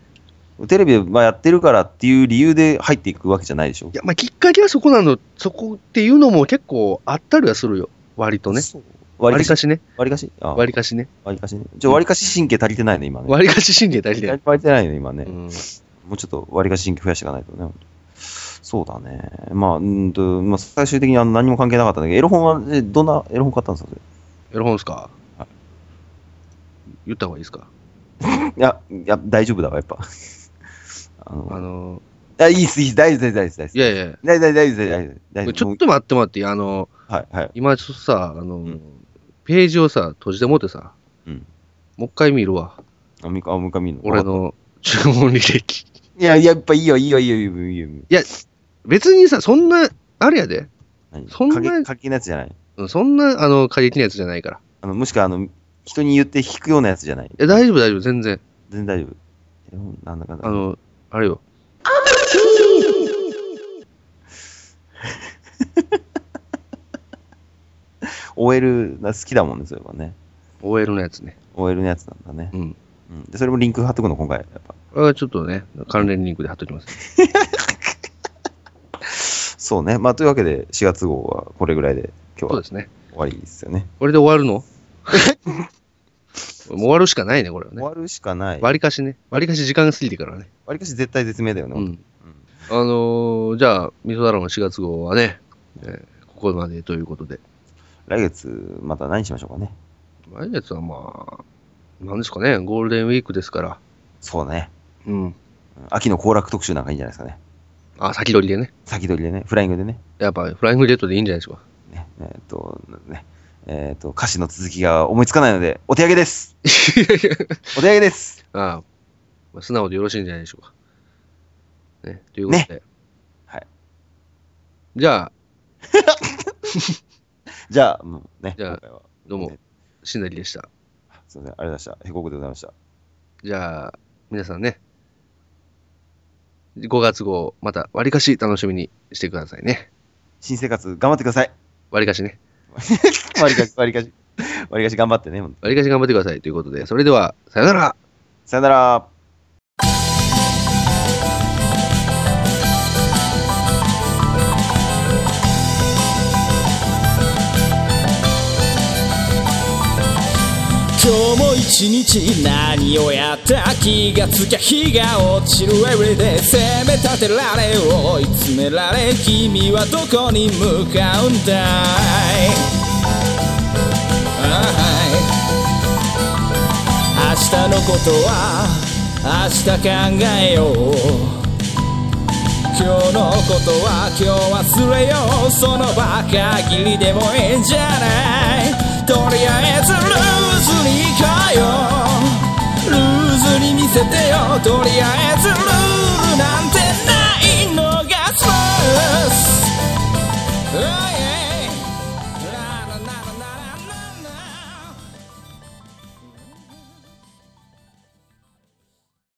[SPEAKER 2] テレビでまあやってるからっていう理由で入っていくわけじゃないでしょ。
[SPEAKER 1] いや、まあ、きっかけはそこなの、そこっていうのも結構あったりはするよ。割とね。
[SPEAKER 2] そう割
[SPEAKER 1] 割
[SPEAKER 2] り
[SPEAKER 1] り
[SPEAKER 2] か
[SPEAKER 1] か
[SPEAKER 2] し
[SPEAKER 1] しね。
[SPEAKER 2] 割りかしあ
[SPEAKER 1] 割
[SPEAKER 2] 割
[SPEAKER 1] りかしね。
[SPEAKER 2] りかしね。ちょ、割りかし神経足りてないね、今ね。
[SPEAKER 1] 割りかし神経足りて
[SPEAKER 2] 足
[SPEAKER 1] ない。
[SPEAKER 2] りてないね、今ね。
[SPEAKER 1] うん。
[SPEAKER 2] もうちょっと割りかし神経増やしていかないとね。本当そうだね。まあ、うんと、まあ、最終的にあの何も関係なかったんだけど、エロ本は、えどんなエロ本買ったんですかそれ
[SPEAKER 1] エロ本っすか
[SPEAKER 2] は
[SPEAKER 1] 言った方がいいですか
[SPEAKER 2] いや、いや、大丈夫だわ、やっぱ。 あ
[SPEAKER 1] あ
[SPEAKER 2] の、
[SPEAKER 1] の、
[SPEAKER 2] あいいっす、いいっす、大丈夫です、大丈夫です、
[SPEAKER 1] いやいや、
[SPEAKER 2] 大丈夫です。大丈夫です、大丈夫です、大丈夫です。
[SPEAKER 1] ちょっ
[SPEAKER 2] も
[SPEAKER 1] と待って待って、あの、
[SPEAKER 2] うはい、はい。
[SPEAKER 1] 今ちょっとさ、あの、
[SPEAKER 2] ん
[SPEAKER 1] ページをさ、閉じてもうてさ、
[SPEAKER 2] うん。
[SPEAKER 1] もう一回見るわ。
[SPEAKER 2] あ、みか、あ、もう一回見るの
[SPEAKER 1] 俺。の注文履歴。
[SPEAKER 2] いや、やっぱいいよ、いいよ、いいよ、いいよ、いいよ。いいよ
[SPEAKER 1] 別にさ、そんな、あれやで。
[SPEAKER 2] 何
[SPEAKER 1] そんな
[SPEAKER 2] 過激過激なやつじゃない。
[SPEAKER 1] うんそんな、あの、過激なやつじゃないから。
[SPEAKER 2] あの、もしくは、あの、人に言って引くようなやつじゃない。
[SPEAKER 1] え、大丈夫、大丈夫、全然。
[SPEAKER 2] 全然大丈夫。エロ本なんだかんだ。
[SPEAKER 1] あ、の、あれよ。
[SPEAKER 2] OL が好きだもんね、そういえばね。
[SPEAKER 1] OL のやつね。
[SPEAKER 2] OL のやつなんだね
[SPEAKER 1] う。ん。
[SPEAKER 2] うん。で、それもリンク貼っとくの、今回。やっぱ。
[SPEAKER 1] これはちょっとね、関連リンクで貼っときます。
[SPEAKER 2] そうね。まあ、というわけで、4月号はこれぐらいで、
[SPEAKER 1] そ
[SPEAKER 2] 今日
[SPEAKER 1] う
[SPEAKER 2] は
[SPEAKER 1] ですね。
[SPEAKER 2] 終わりですよね。
[SPEAKER 1] これで終わるの もう終わるしかないね、これは
[SPEAKER 2] 終
[SPEAKER 1] ね。
[SPEAKER 2] わるしかない。
[SPEAKER 1] わりかしね。わりかし時間が過ぎてからね。
[SPEAKER 2] わりかし絶対絶命だよね。
[SPEAKER 1] う
[SPEAKER 2] 本
[SPEAKER 1] ん。あのーじゃあ、みそだらの4月号はね、えーここまでということで。
[SPEAKER 2] 当来月、また何しましょうかね。
[SPEAKER 1] 来月はまあ、なんですかね、ゴールデンウィークですから。
[SPEAKER 2] そうね。
[SPEAKER 1] うん。
[SPEAKER 2] うん秋の行楽特集なんかいいんじゃないですかね。
[SPEAKER 1] あ、先取りでね。
[SPEAKER 2] 先取りでね、フライングでね。
[SPEAKER 1] やっぱ、フライングデートでいいんじゃないですか。
[SPEAKER 2] ねえーっと、ね。えーっと、歌詞の続きが思いつかないので、お手上 げですお手上げです
[SPEAKER 1] ああ、まあ素直でよろしいんじゃないでしょうか。ね、ということで。
[SPEAKER 2] はい。
[SPEAKER 1] じゃあ、
[SPEAKER 2] じゃあ、もうね、
[SPEAKER 1] じゃあ
[SPEAKER 2] 今回は。
[SPEAKER 1] どうも
[SPEAKER 2] ね、
[SPEAKER 1] しんなりでした。
[SPEAKER 2] すみません、ありがとうございました。へこくでございました。
[SPEAKER 1] じゃあ、皆さんね、5月号、また、割りかし楽しみにしてくださいね。
[SPEAKER 2] 新生活、頑張ってください。
[SPEAKER 1] 割りかしね。
[SPEAKER 2] 割りかし、割りかし、割りかし頑張ってね。本当
[SPEAKER 1] 割りかし頑張ってください。ということで、それでは、さよなら
[SPEAKER 2] さよなら。
[SPEAKER 3] 今日も一日何をやった気がつきゃ日が落ちる Everyday 責め立てられ追い詰められ君はどこに向かうんだいあーい明日のことは明日考えよう今日のことは今日忘れようその場限りでもいいんじゃないとりあえずルーズに行こうよルーズに見せてよとりあえずルー